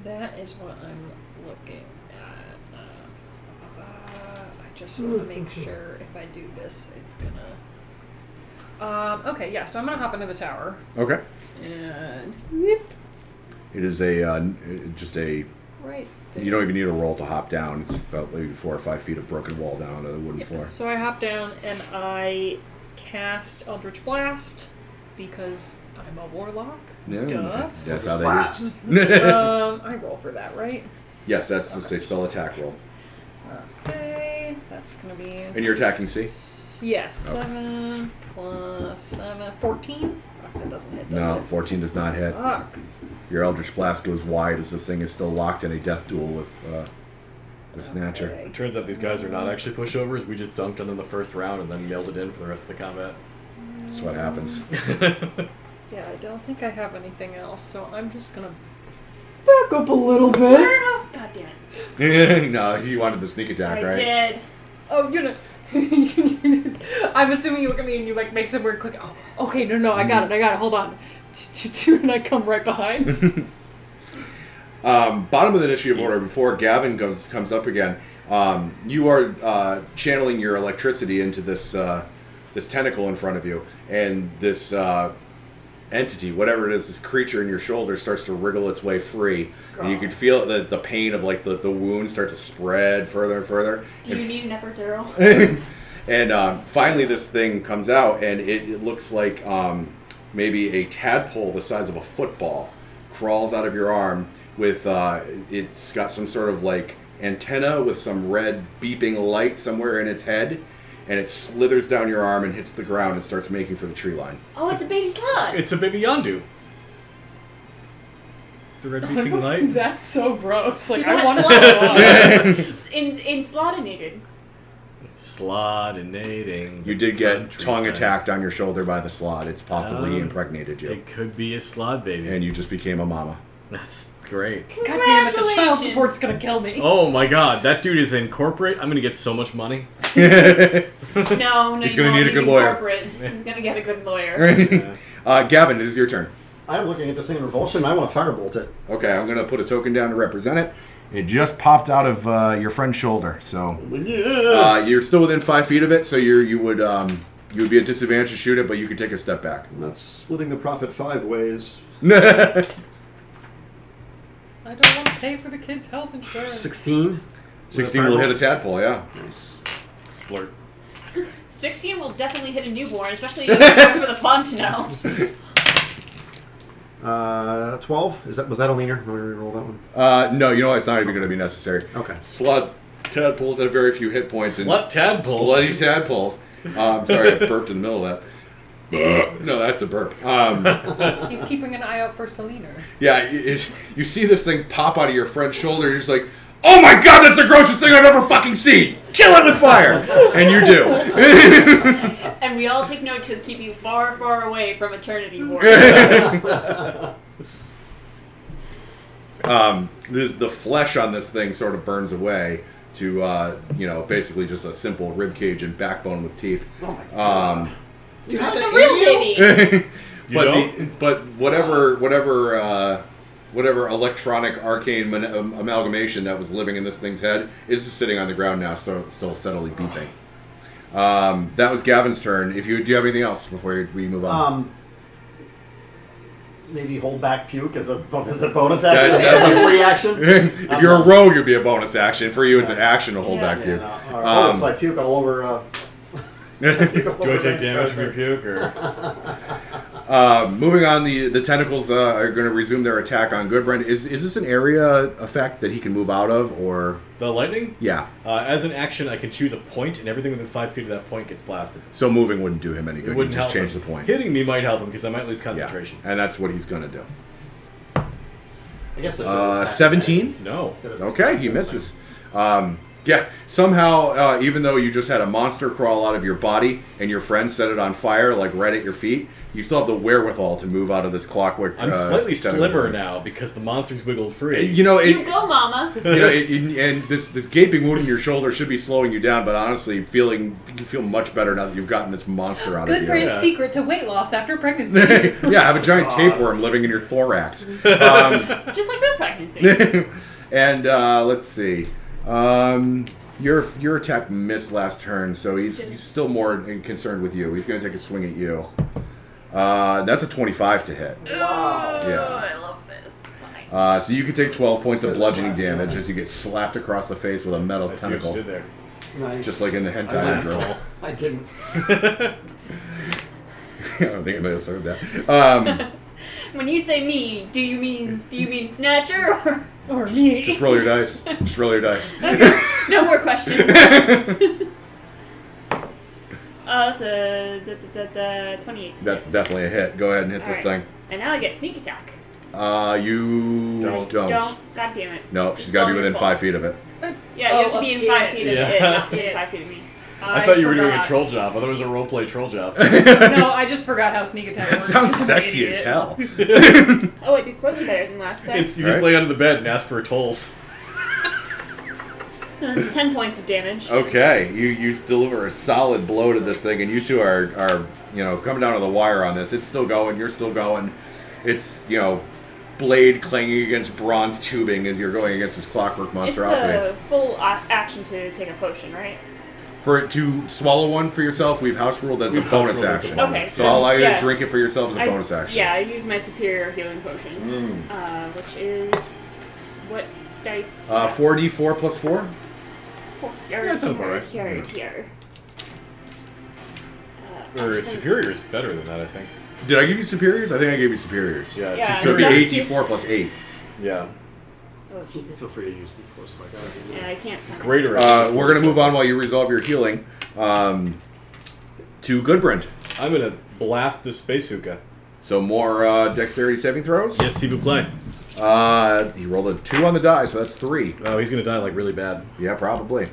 S4: That is what I'm looking at. Uh, uh, I just want to make sure if I do this, it's gonna. Um, okay, yeah, so I'm gonna hop into the tower.
S1: Okay.
S4: And
S1: It is a uh, n- just a.
S4: right there.
S1: You don't even need a roll to hop down. It's about maybe four or five feet of broken wall down onto the wooden
S4: Yeah,
S1: floor.
S4: So I hop down and I cast Eldritch Blast because I'm a warlock.
S1: Yeah,
S4: Duh.
S1: that's
S6: Just
S1: how
S6: blast.
S1: they. Do.
S4: um, I roll for that, right?
S1: yes, that's the say spell attack roll,
S4: Okay, that's gonna be.
S1: and you're Oh. attacking C.
S4: Yes,
S1: Okay.
S4: seven plus seven, 14? Fuck, that doesn't hit, does
S1: No,
S4: it?
S1: fourteen does not hit.
S4: Fuck.
S1: Your Eldritch Blast goes wide as this thing is still locked in a death duel with uh, the Snatcher.
S4: Okay.
S3: It turns out these guys are not actually pushovers. We just dunked on them the first round and then mailed it in for the rest of the combat.
S1: That's what happens.
S4: Yeah, I don't think I have anything else, so I'm just gonna back up a little bit.
S7: oh, God damn it.
S1: no, you wanted the sneak attack,
S7: I
S1: right?
S7: did.
S4: Oh, you know. I'm assuming you look at me and you like make some weird click. Oh, okay, no, no, I got it, I got it. Hold on, and I come right behind.
S1: Um, bottom of the initiative order before Gavin goes comes up again. Um, you are uh, channeling your electricity into this uh, this tentacle in front of you, and this uh, entity, whatever it is, this creature in your shoulder starts to wriggle its way free, and you can feel the, the pain of like the, the wound start to spread further and further.
S7: Do
S1: And
S7: you need an epidural?
S1: and uh, finally, this thing comes out, and it, it looks like um, maybe a tadpole the size of a football crawls out of your arm. With uh, it's got some sort of like antenna with some red beeping light somewhere in its head, and it slithers down your arm and hits the ground and starts making for the tree line.
S7: Oh, it's a baby slug.
S3: It's a baby Yandu. The red beeping light.
S4: That's so gross. Like
S7: He
S4: I
S7: got
S4: want to.
S7: slaughtered. It's in in slaughtered.
S3: Slotinating.
S1: You did get tongue
S3: countryside.
S1: attacked on your shoulder by the slot. It's possibly
S3: Um,
S1: impregnated you,
S3: It could be a slot baby.
S1: and you just became a mama.
S3: That's great.
S4: God damn it! The child
S7: Congratulations.
S4: support's gonna kill me.
S3: Oh my god, that dude is in corporate. I'm gonna get so much money.
S7: No, no,
S1: He's
S7: you
S1: gonna
S7: won't.
S1: need a good
S7: in
S1: lawyer.
S7: corporate. He's gonna get a good lawyer.
S1: uh, Gavin, it is your turn.
S6: I'm looking at this thing in revulsion. I want to firebolt it.
S1: Okay, I'm gonna put a token down to represent it. It just popped out of uh, your friend's shoulder, so uh, you're still within five feet of it. So you you would um, you would be at disadvantage to shoot it, but you could take a step back.
S6: I'm not splitting the profit five ways.
S4: I don't want to pay for the kids' health insurance.
S6: Sixteen.
S1: Sixteen will hit a tadpole, yeah.
S6: Nice.
S3: Splurt.
S7: Sixteen will definitely hit a newborn, especially if it's with a pontino.
S6: Uh, twelve. Is that was that a leaner? Let me re-roll that one.
S1: Uh, no, you know what? It's not even gonna be necessary.
S6: Okay.
S1: Slut tadpoles have very few hit points. and-
S3: Slut tadpoles.
S1: Slutty tadpoles. Uh, I'm sorry, I burped in the middle of that. no, that's a burp. Um,
S4: He's keeping an eye out for Selena.
S1: Yeah, it, it- you see this thing pop out of your friend's shoulder, you're just like, oh my god, that's the grossest thing I've ever fucking seen! Kill it with fire! And you do.
S7: and we all take note to keep you far, far away from eternity wars.
S1: um, this, the flesh on this thing sort of burns away to, uh, you know, basically just a simple rib cage and backbone with teeth.
S6: Oh my god.
S1: Um,
S6: you
S7: It
S6: have
S7: was a
S6: that in
S7: real
S6: you?
S7: baby.
S3: You
S1: but
S3: don't?
S1: the, but whatever whatever uh, whatever electronic arcane man- um, amalgamation that was living in this thing's head is just sitting on the ground now, so still subtly beeping. Um, that was Gavin's turn. If you do you have anything else before we move on?
S6: Um, maybe hold back puke as a as a bonus
S1: That-
S6: action.
S1: that's
S6: as a free action.
S1: if
S6: I'm
S1: you're a
S3: Uh-huh.
S6: not-
S1: rogue, you'll be a bonus action. For you, it's an
S6: Nice.
S1: action to hold
S7: Yeah.
S1: back
S6: Yeah,
S1: you.
S6: no, all right.
S1: Um,
S6: oh, so I puke all over. Uh, puke all
S3: Do I
S6: over
S3: take
S6: Ben's
S3: damage from
S6: character.
S3: your puke or
S1: Uh, moving on, the the tentacles uh, are going to resume their attack on Goodbrand. Is is this an area effect that he can move out of, or
S3: the lightning?
S1: yeah?
S3: Uh, as an action, I can choose a point, and everything within five feet of that point gets blasted.
S1: So moving wouldn't do him any
S3: It
S1: good.
S3: wouldn't
S1: you just
S3: help.
S1: change
S3: him.
S1: the point.
S3: Hitting me might help him because I might lose
S1: Yeah,
S3: concentration.
S1: and that's what he's gonna do.
S6: I guess I should
S1: Uh,
S6: attack
S1: Seventeen.
S3: No.
S6: instead of-
S1: Okay, he misses. Um, yeah. Somehow, uh, even though you just had a monster crawl out of your body and your friend set it on fire, like right at your feet, you still have the wherewithal to move out of this clockwork.
S3: I'm
S1: uh,
S3: slightly
S1: tentacle.
S3: slimmer now because the monster's wiggled free.
S1: You know, it,
S7: You go, mama.
S1: you know, it, it- and this this gaping wound in your shoulder should be slowing you down, but honestly, feeling you feel much better now that you've gotten this monster out
S4: Good
S1: of you.
S4: brand secret to weight loss after pregnancy.
S1: yeah, have a giant tapeworm living in your thorax. Um,
S7: Just like real pregnancy.
S1: and uh, let's see. Um, Your your attack missed last turn, so he's, he's still more in- concerned with you. He's going to take a swing at you. Uh, that's a 25 to hit.
S7: Wow.
S1: Yeah.
S7: I love this. It's fine.
S1: Uh, so you can take 12 points of bludgeoning
S6: Last
S1: damage
S6: time.
S1: as you get slapped across the face with a metal
S3: I see what you
S1: tentacle,
S3: did there.
S6: Nice.
S1: just like in the
S3: An
S1: hentai drill.
S3: asshole.
S6: I didn't.
S1: I don't think anybody else heard that. Um,
S7: When you say me, do you mean do you mean snatcher or
S4: Or me.
S1: just roll your dice. Just roll your dice.
S7: no more questions? Uh, that's a da, da, da, da, 28.
S1: That's definitely a hit. Go ahead and hit this
S7: All right.
S1: thing.
S7: And now I get sneak attack.
S1: Uh, you
S3: Don't.
S1: don't.
S7: Don't. God damn it.
S1: No,
S7: It's
S1: she's got to
S7: all
S1: be
S7: your
S1: within
S7: fault.
S1: five feet of it.
S7: Yeah, you
S4: Oh,
S7: have to be
S4: up
S7: in five
S4: it.
S7: feet of
S3: Yeah.
S7: it. You have to be in
S4: It.
S7: five feet of me.
S3: I, thought you were doing a
S7: forgot.
S3: troll job. I thought it was a role play troll job.
S4: no, I just forgot how sneak attack
S1: That
S4: works.
S1: sounds
S4: I'm an
S1: sexy
S4: idiot.
S1: as hell.
S7: Oh, I did slightly better than last time.
S3: it's, you just
S1: Right.
S3: lay under the bed and ask for tolls.
S7: That's ten points of damage.
S3: Oh,
S1: Okay, you you deliver a solid blow to this thing, and you two are are you know coming down to the wire on this. It's still going. You're still going. It's you know blade clanging against bronze tubing as you're going against this clockwork
S7: It's
S1: monstrosity.
S7: a full a- action to take a potion, right?
S1: For it to swallow one for yourself, we've house ruled that's
S3: We've
S1: a
S3: house
S1: bonus
S3: ruled that's a
S1: action.
S7: bonus. Okay.
S1: So I'll allow you
S7: Yeah.
S1: to drink it for yourself as a
S7: I-
S1: bonus action.
S7: Yeah, I use my superior healing potion,
S3: Mm.
S7: uh, which is what dice?
S1: Uh, 4d4 plus 4?
S7: Four.
S3: that's about
S7: Here,
S3: right.
S7: here, here. Uh,
S3: Or
S7: actually-
S3: superior is better than that, I think.
S1: Did I give you superiors? I think I gave you superiors.
S3: Yeah.
S7: Yeah,
S1: So
S3: superior.
S1: it'd be
S7: Exactly.
S1: 8d4 plus 8.
S3: Yeah.
S7: Oh Jesus!
S6: Feel free to use D4 so I got it.
S7: Yeah, I can't. find it.
S3: Greater.
S1: Uh, we're going to move on while you resolve your healing um, to Goodbrand.
S3: I'm gonna blast this space hookah.
S1: So more uh, dexterity saving throws.
S3: Yes, s'il vous plaît.
S1: Uh, he rolled a 2 on the die, so that's 3.
S3: Oh, he's gonna die like really bad.
S1: Yeah, probably.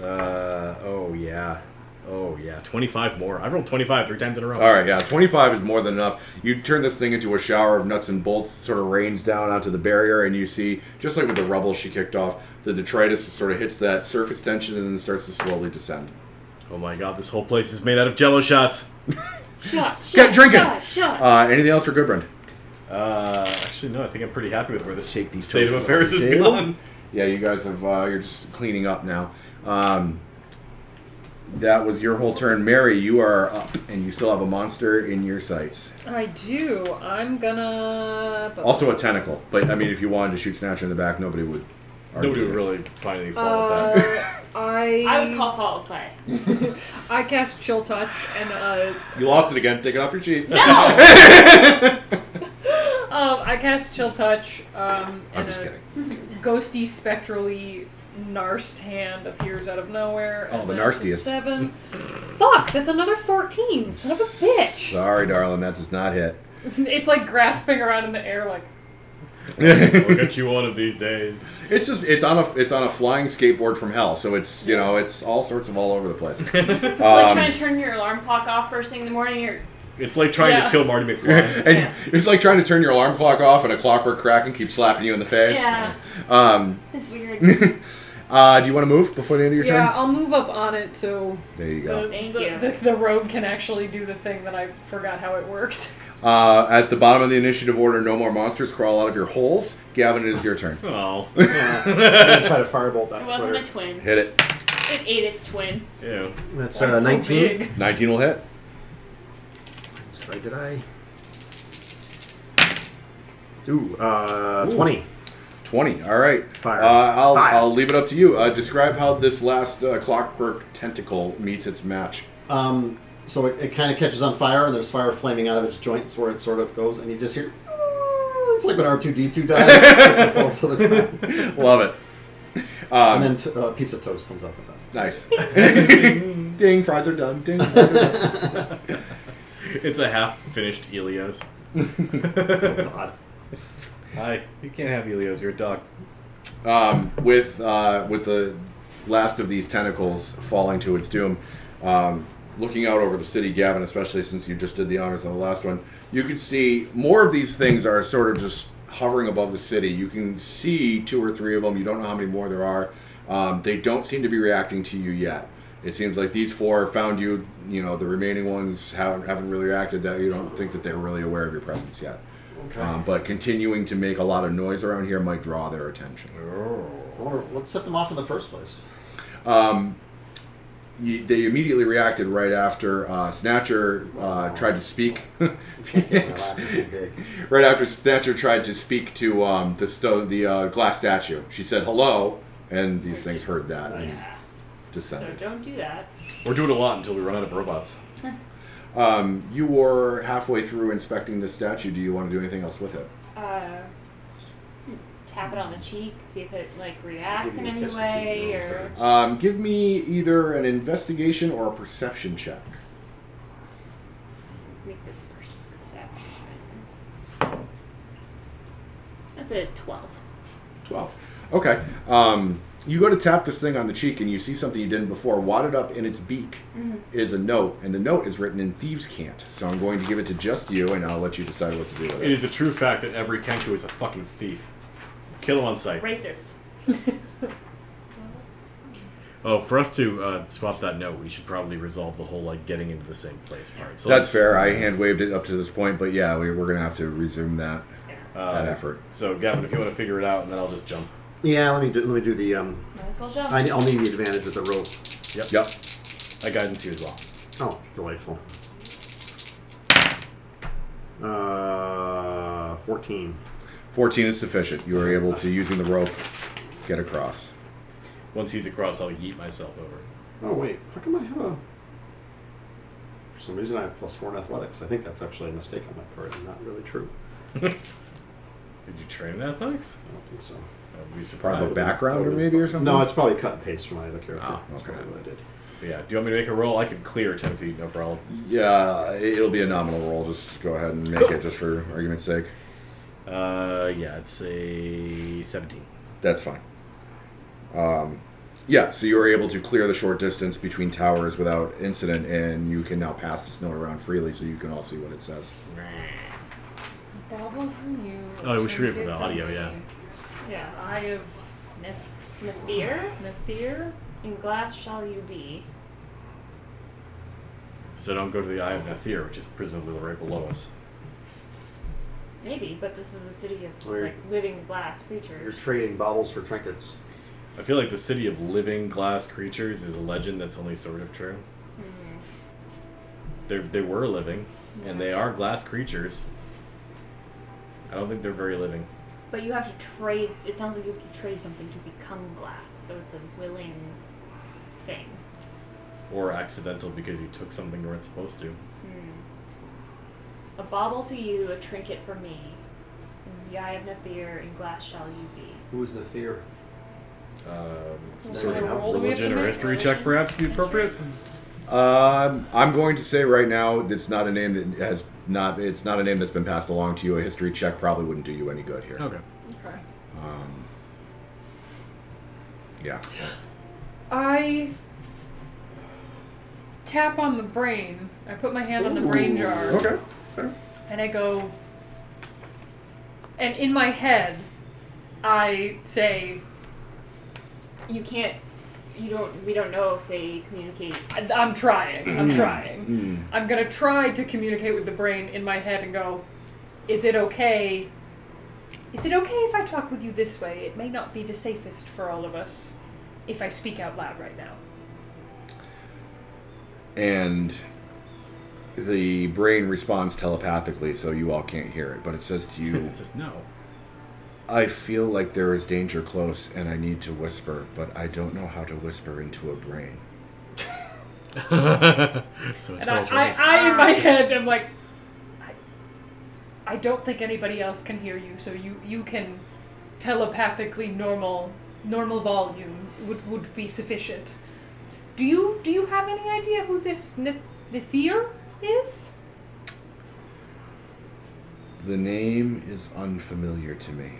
S3: Uh, oh yeah. Oh yeah. 25 more. I rolled 25 three times in a row.
S1: All right, yeah, 25 is more than enough. You turn this thing into a shower of nuts and bolts, sort of rains down onto the barrier, and you see, just like with the rubble she kicked off, the detritus sort of hits that surface tension and then starts to slowly descend.
S3: Oh my god, this whole place is made out of jello shots.
S7: Shot, shot,
S1: Get drinking!
S7: Shot, shot.
S1: Uh, anything else for Goodbrand?
S3: Uh, actually no, I think I'm pretty happy with where this
S1: Take these
S3: state of
S1: tokens
S3: affairs
S1: off the
S3: is
S1: table.
S3: gone.
S1: Yeah, you guys have, uh, you're just cleaning up now. Um, that was your whole turn. Mary, you are up, and you still have a monster in your sights.
S4: I do. I'm gonna.
S1: Also a tentacle, but I mean, if you wanted to shoot Snatcher in the back, nobody would. argue
S3: Nobody would
S1: it.
S3: really find any fault with that.
S4: Uh, I
S7: I would call foul play.
S4: I cast chill touch and uh,
S1: You lost it again. Take it off your sheet.
S7: No.
S4: um, I cast chill touch. Um, and
S1: I'm just
S4: a
S1: kidding.
S4: Ghosty spectrally narced hand appears out of nowhere.
S1: Oh,
S4: and
S1: the
S4: that's a
S1: narstiest.
S4: Seven. Fuck! That's another fourteen. Son of a bitch.
S1: Sorry, darling, that does not hit.
S4: It's like grasping around in the air, like
S3: Look at you one of these days.
S1: It's just it's on a it's on a flying skateboard from hell, so it's you know it's all sorts of all over the place.
S7: like
S1: Um,
S7: trying to turn your alarm clock off first thing in the morning. You're
S3: It's like trying
S4: Yeah.
S3: to kill Marty McFly.
S1: and it's like trying to turn your alarm clock off and a clockwork crack and keep slapping you in the face.
S7: Yeah.
S1: Um,
S7: It's weird.
S1: uh, do you want to move before the end of your
S4: yeah.
S1: turn?
S4: I'll move up on it so
S1: There you
S4: the,
S1: go.
S7: Thank
S4: the,
S7: you.
S4: the the rogue can actually do the thing that I forgot how it works.
S1: Uh, at the bottom of the initiative order, no more monsters crawl out of your holes. Gavin, it is your turn.
S3: oh.
S6: Yeah. I'm gonna try to firebolt that.
S7: It wasn't a
S6: critter.
S7: twin.
S1: Hit it.
S7: It ate its twin.
S3: Ew.
S6: That's
S4: Why
S6: uh,
S4: it's so
S6: 19.
S4: big?
S1: Nineteen will hit.
S6: Sorry, did I? Ooh, uh, 20.
S1: 20. All right.
S6: Fire.
S1: Uh, I'll,
S6: Fire.
S1: I'll leave it up to you. Uh, describe how this last uh, clockwork tentacle meets its match.
S6: Um, so it, it kind of catches on fire, and there's fire flaming out of its joints where it sort of goes, and you just hear. It's like when R two D two dies, it falls to the ground,
S1: Love it.
S6: and then t- a piece of toast comes up with that.
S1: Nice. Ding, fries are done. Ding. fries are done.
S3: It's a half finished Elios.
S6: Oh, God.
S3: Hi. You can't have Elios, you're a dog.
S1: um, with uh, with the last of these tentacles falling to its doom, um, looking out over the city, Gavin, especially since you just did the honors on the last one, you can see more of these things are sort of just hovering above the city. You can see two or three of them. You don't know how many more there are. Um, they don't seem to be reacting to you yet. It seems like these four found you. You know, the remaining ones haven't, haven't really reacted. That you don't think that they're really aware of your presence yet. Um, but continuing to make a lot of noise around here might draw their attention.
S6: I wonder what set them off in the first place.
S1: Um, you, they immediately reacted right after uh, Snatcher uh, tried to speak. Phoenix. right after Snatcher tried to speak to um, the stone, the uh, glass statue. She said hello, and these things heard that and
S3: Nice.
S7: So
S1: descended.
S7: don't do that.
S3: We're doing a lot until we run out of robots.
S1: Um, you were halfway through inspecting this statue. Do you want to do anything else with it?
S7: Uh, tap it on the cheek, see if it like reacts
S6: Give
S7: in
S6: you a
S7: any
S6: kiss with
S7: way,
S6: your nose
S7: or
S6: rings.
S1: Um, give me either an investigation or a perception check.
S7: make this perception. That's a twelve.
S1: 12. Okay. Um, you go to tap this thing on the cheek and you see something you didn't before. Wadded up in its beak is a note, and the note is written in Thieves' Cant. So I'm going to give it to just you, and I'll let you decide what to do with
S3: It
S1: it.
S3: is a true fact that every Kenku is a fucking thief. Kill him on sight.
S7: Racist.
S3: Oh, for us to uh, swap that note, we should probably resolve the whole like getting into the same place part. So
S1: That's
S3: let's-
S1: fair. I hand waved it up to this point, but yeah, we, we're going to have to resume that,
S3: Uh,
S1: that effort.
S3: So Gavin, if you want to figure it out, and then I'll just jump.
S6: Yeah, let me do, let me do the. Um,
S7: Might as well jump.
S6: I, I'll need the advantage with the rope.
S1: Yep.
S3: I guidance you as well.
S6: Oh, delightful. Uh, fourteen.
S1: 14 is sufficient. You are able to, using the rope, get across.
S3: Once he's across, I'll yeet myself over.
S6: Oh wait, how come I have a? For some reason, I have plus four in athletics. I think that's actually a mistake on my part, and not really true.
S3: Did you train in athletics?
S6: I don't think so.
S3: I'd be surprised.
S1: Part of a background, or maybe, or something?
S6: No, it's probably cut and paste from my other character.
S1: Ah,
S6: That's
S1: okay.
S6: probably what I did.
S3: Yeah. Do you want me to make a roll? I could clear ten feet, no problem.
S1: Yeah, it- it'll be a nominal roll. Just go ahead and make it, just for argument's sake.
S3: Uh, yeah, it's a seventeen.
S1: That's fine. Um, yeah, so you were able to clear the short distance between towers without incident, and you can now pass this note around freely, so you can all see what it says.
S5: Double from you.
S3: Oh, we should read it for the audio, yeah.
S7: Yeah, I of Nef- Nephir,
S4: Nafir?
S7: in glass shall you be.
S3: So don't go to the Eye of Nathir, which is presumably right below us.
S7: Maybe, but this is the city of
S6: Weird.
S7: like living glass creatures.
S6: You're trading bottles for trinkets.
S3: I feel like the city of living glass creatures is a legend that's only sort of true.
S4: Mm-hmm.
S3: They're, they were living, and they are glass creatures. I don't think they're very living.
S7: But you have to trade. It sounds like you have to trade something to become glass. So it's a willing thing.
S3: Or accidental because you took something you weren't supposed to.
S7: A bauble to you, a trinket for me. In the eye of Nephir, in glass shall you be.
S6: Who is the theory?
S3: Um, some
S6: Well,
S3: sort
S6: what
S3: of
S6: role
S4: do we have
S3: religion
S4: to
S3: or
S4: make?
S3: history check, perhaps, would be appropriate.
S1: Um, I'm going to say right now, it's not a name that has not. It's not a name that's been passed along to you. A history check probably wouldn't do you any good here.
S3: Okay.
S4: Okay.
S1: Um, yeah.
S4: I tap on the brain. I put my hand on the brain jar.
S1: Okay. fair.
S4: And I go. And in my head, I say,
S7: You can't. You don't. We don't know if they communicate.
S4: I- I'm trying. I'm trying. I'm gonna try to communicate with the brain in my head and go, is it okay? Is it okay if I talk with you this way? It may not be the safest for all of us if I speak out loud right now.
S1: and the brain responds telepathically, so you all can't hear it. But it says to you,
S3: It says no.
S1: I feel like there is danger close and I need to whisper, but I don't know how to whisper into a brain.
S3: so it
S4: And I,
S3: tells
S4: I,
S3: us.
S4: I, in my
S7: Um,
S4: head, am like, I, I don't think anybody else can hear you, so you, you can telepathically normal normal volume would, would be sufficient. Do you do you have any idea who this Nith- Nithir is?
S1: The name is unfamiliar to me.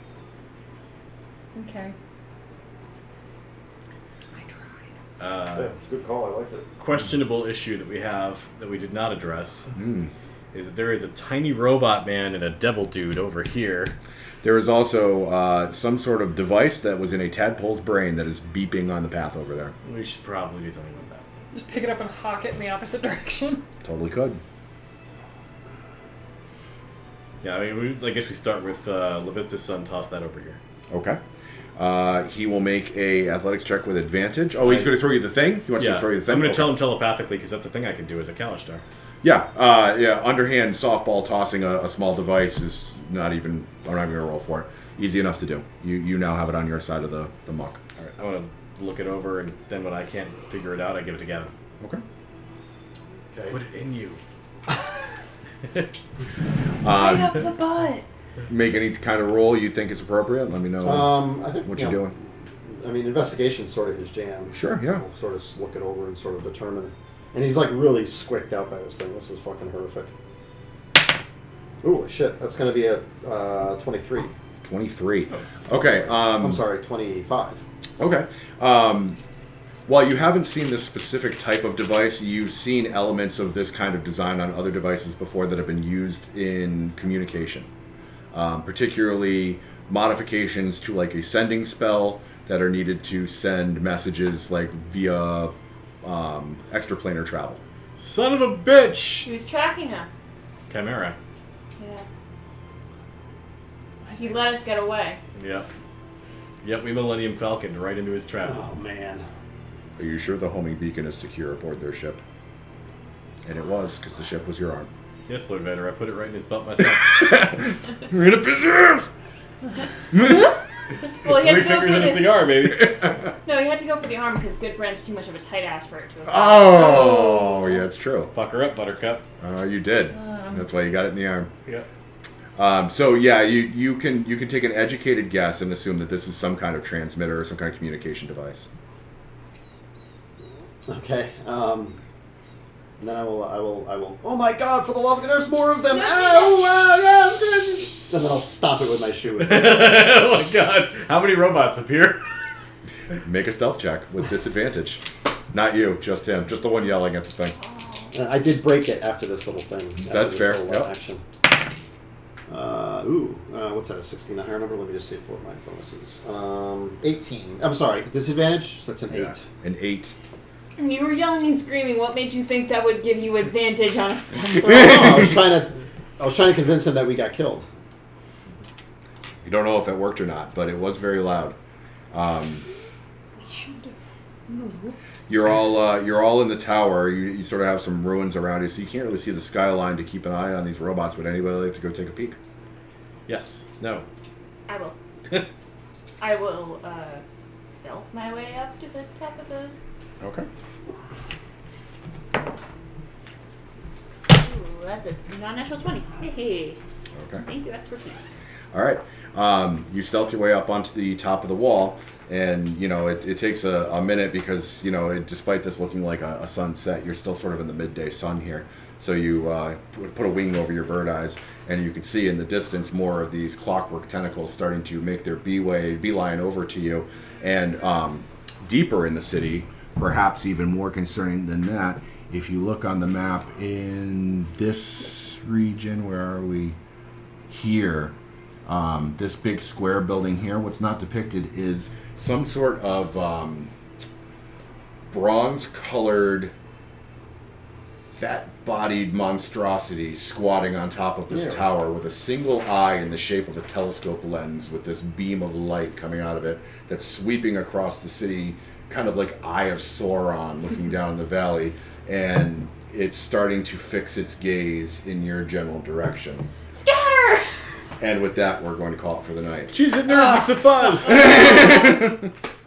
S4: Okay. I tried.
S3: Uh,
S6: it's a good call. I liked it.
S3: questionable issue that we have that we did not address
S1: Hmm.
S3: is that there is a tiny robot man and a devil dude over here.
S1: There is also uh, some sort of device that was in a tadpole's brain that is beeping on the path over there.
S3: We should probably do something with that.
S4: Just pick it up and hawk it in the opposite direction.
S1: Totally could.
S3: Yeah, I mean, we, I guess we start with uh, Levista's son. Toss that over here.
S1: Okay. Uh, he will make a athletics check with advantage. Oh, he's
S3: I-
S1: going to throw you the thing. He wants you
S3: Yeah,
S1: to throw you the thing.
S3: I'm going to
S1: Okay.
S3: tell him telepathically because that's a thing I can do as a Kalishtar.
S1: Yeah, uh, yeah. Underhand softball tossing a, a small device is not even. I'm not even going to roll for it. Easy enough to do. You you now have it on your side of the the muck.
S3: All right, I want to look it over, and then when I can't figure it out, I give it to Gavin.
S1: Okay.
S3: Put
S6: Okay.
S3: it in you.
S1: Uh,
S5: up the butt.
S1: make any kind of roll you think is appropriate. Let me know
S6: Um, I think
S1: what
S6: you
S1: you're
S6: know,
S1: doing.
S6: I mean, investigation's sort of his jam.
S1: Sure, yeah.
S6: We'll sort of look it over and sort of determine. And he's like really squicked out by this thing. This is fucking horrific. Ooh, shit. That's going to be a uh, 23.
S1: 23. Okay. Um,
S6: I'm sorry, 25.
S1: Okay. Um, while you haven't seen this specific type of device, you've seen elements of this kind of design on other devices before that have been used in communication, um, particularly modifications to like a sending spell that are needed to send messages like via um, extraplanar travel.
S3: Son of a bitch!
S7: He was tracking us.
S3: Chimera.
S7: Yeah. He let us get away.
S3: Yep. Yep, we Millennium Falconed right into his trap.
S6: man.
S1: Are you sure the homing beacon is secure aboard their ship? And it was, because the ship was your arm.
S3: Yes, Lord Vader, I put it right in his butt myself.
S1: You're in a position!
S7: Well, he had
S3: Three
S7: to go for
S3: fingers in a
S7: the,
S3: cigar, baby.
S7: no, he had to go for the arm because good brand's too much of a tight ass for it to. have-
S1: Oh, yeah, it's true.
S3: Fuck her up, Buttercup.
S1: Uh, you did. That's why you got it in the arm.
S3: Yep.
S1: Um, so yeah, you, you can you can take an educated guess and assume that this is some kind of transmitter or some kind of communication device.
S6: Okay. Um, and then I will, I will, I will. Oh my god! For the love of there's more of them! Ow,
S7: No.
S6: ow, ow, this is- and then I'll stop it with my
S3: oh
S6: shoe.
S3: my god, how many robots appear?
S1: Make a stealth check with disadvantage. Not you, just him, just the one yelling at the thing.
S6: Uh, I did break it after this little thing. after
S1: That's
S6: this
S1: fair,
S6: Little
S1: yep.
S6: Action. Uh, ooh, uh, what's that? A sixteen? I can't remember. Let me just see what my bonuses. Um, eighteen. I'm sorry, disadvantage. So that's an
S1: Yeah,
S6: eight.
S1: An eight.
S7: When you were yelling and screaming, what made you think that would give you advantage on a step roll?
S6: Oh, I was trying to, I was trying to convince him that we got killed.
S1: You don't know if it worked or not, but it was very loud. Um,
S5: We should
S1: you're all uh, you're all in the tower. You, you sort of have some ruins around you, so you can't really see the skyline to keep an eye on these robots. Would anybody like to go take a peek?
S3: Yes. No.
S7: I will. I will uh, stealth my way up to the top of the.
S1: Okay.
S7: Ooh, that's a non-natural twenty. Hey, hey.
S1: Okay.
S7: Thank you, expertise.
S1: All right. Um, you stealth your way up onto the top of the wall, and you know it, it takes a, a minute because you know it, despite this looking like a, a sunset, you're still sort of in the midday sun here. So you uh, put put a wing over your bird eyes, and you can see in the distance more of these clockwork tentacles starting to make their bee way beeline over to you, and um, deeper in the city, perhaps even more concerning than that. If you look on the map in this region, where are we? here, um, this big square building here, what's not depicted is some sort of um, bronze colored, fat bodied monstrosity squatting on top of this
S6: Yeah.
S1: tower with a single eye in the shape of a telescope lens with this beam of light coming out of it that's sweeping across the city, kind of like Eye of Sauron looking down the valley. And it's starting to fix its gaze in your general direction.
S7: Scatter!
S3: Oh.
S1: And with that, we're going to call it for the night.
S3: Cheese it nerds, it's the fuzz!
S7: Oh.
S4: Oh,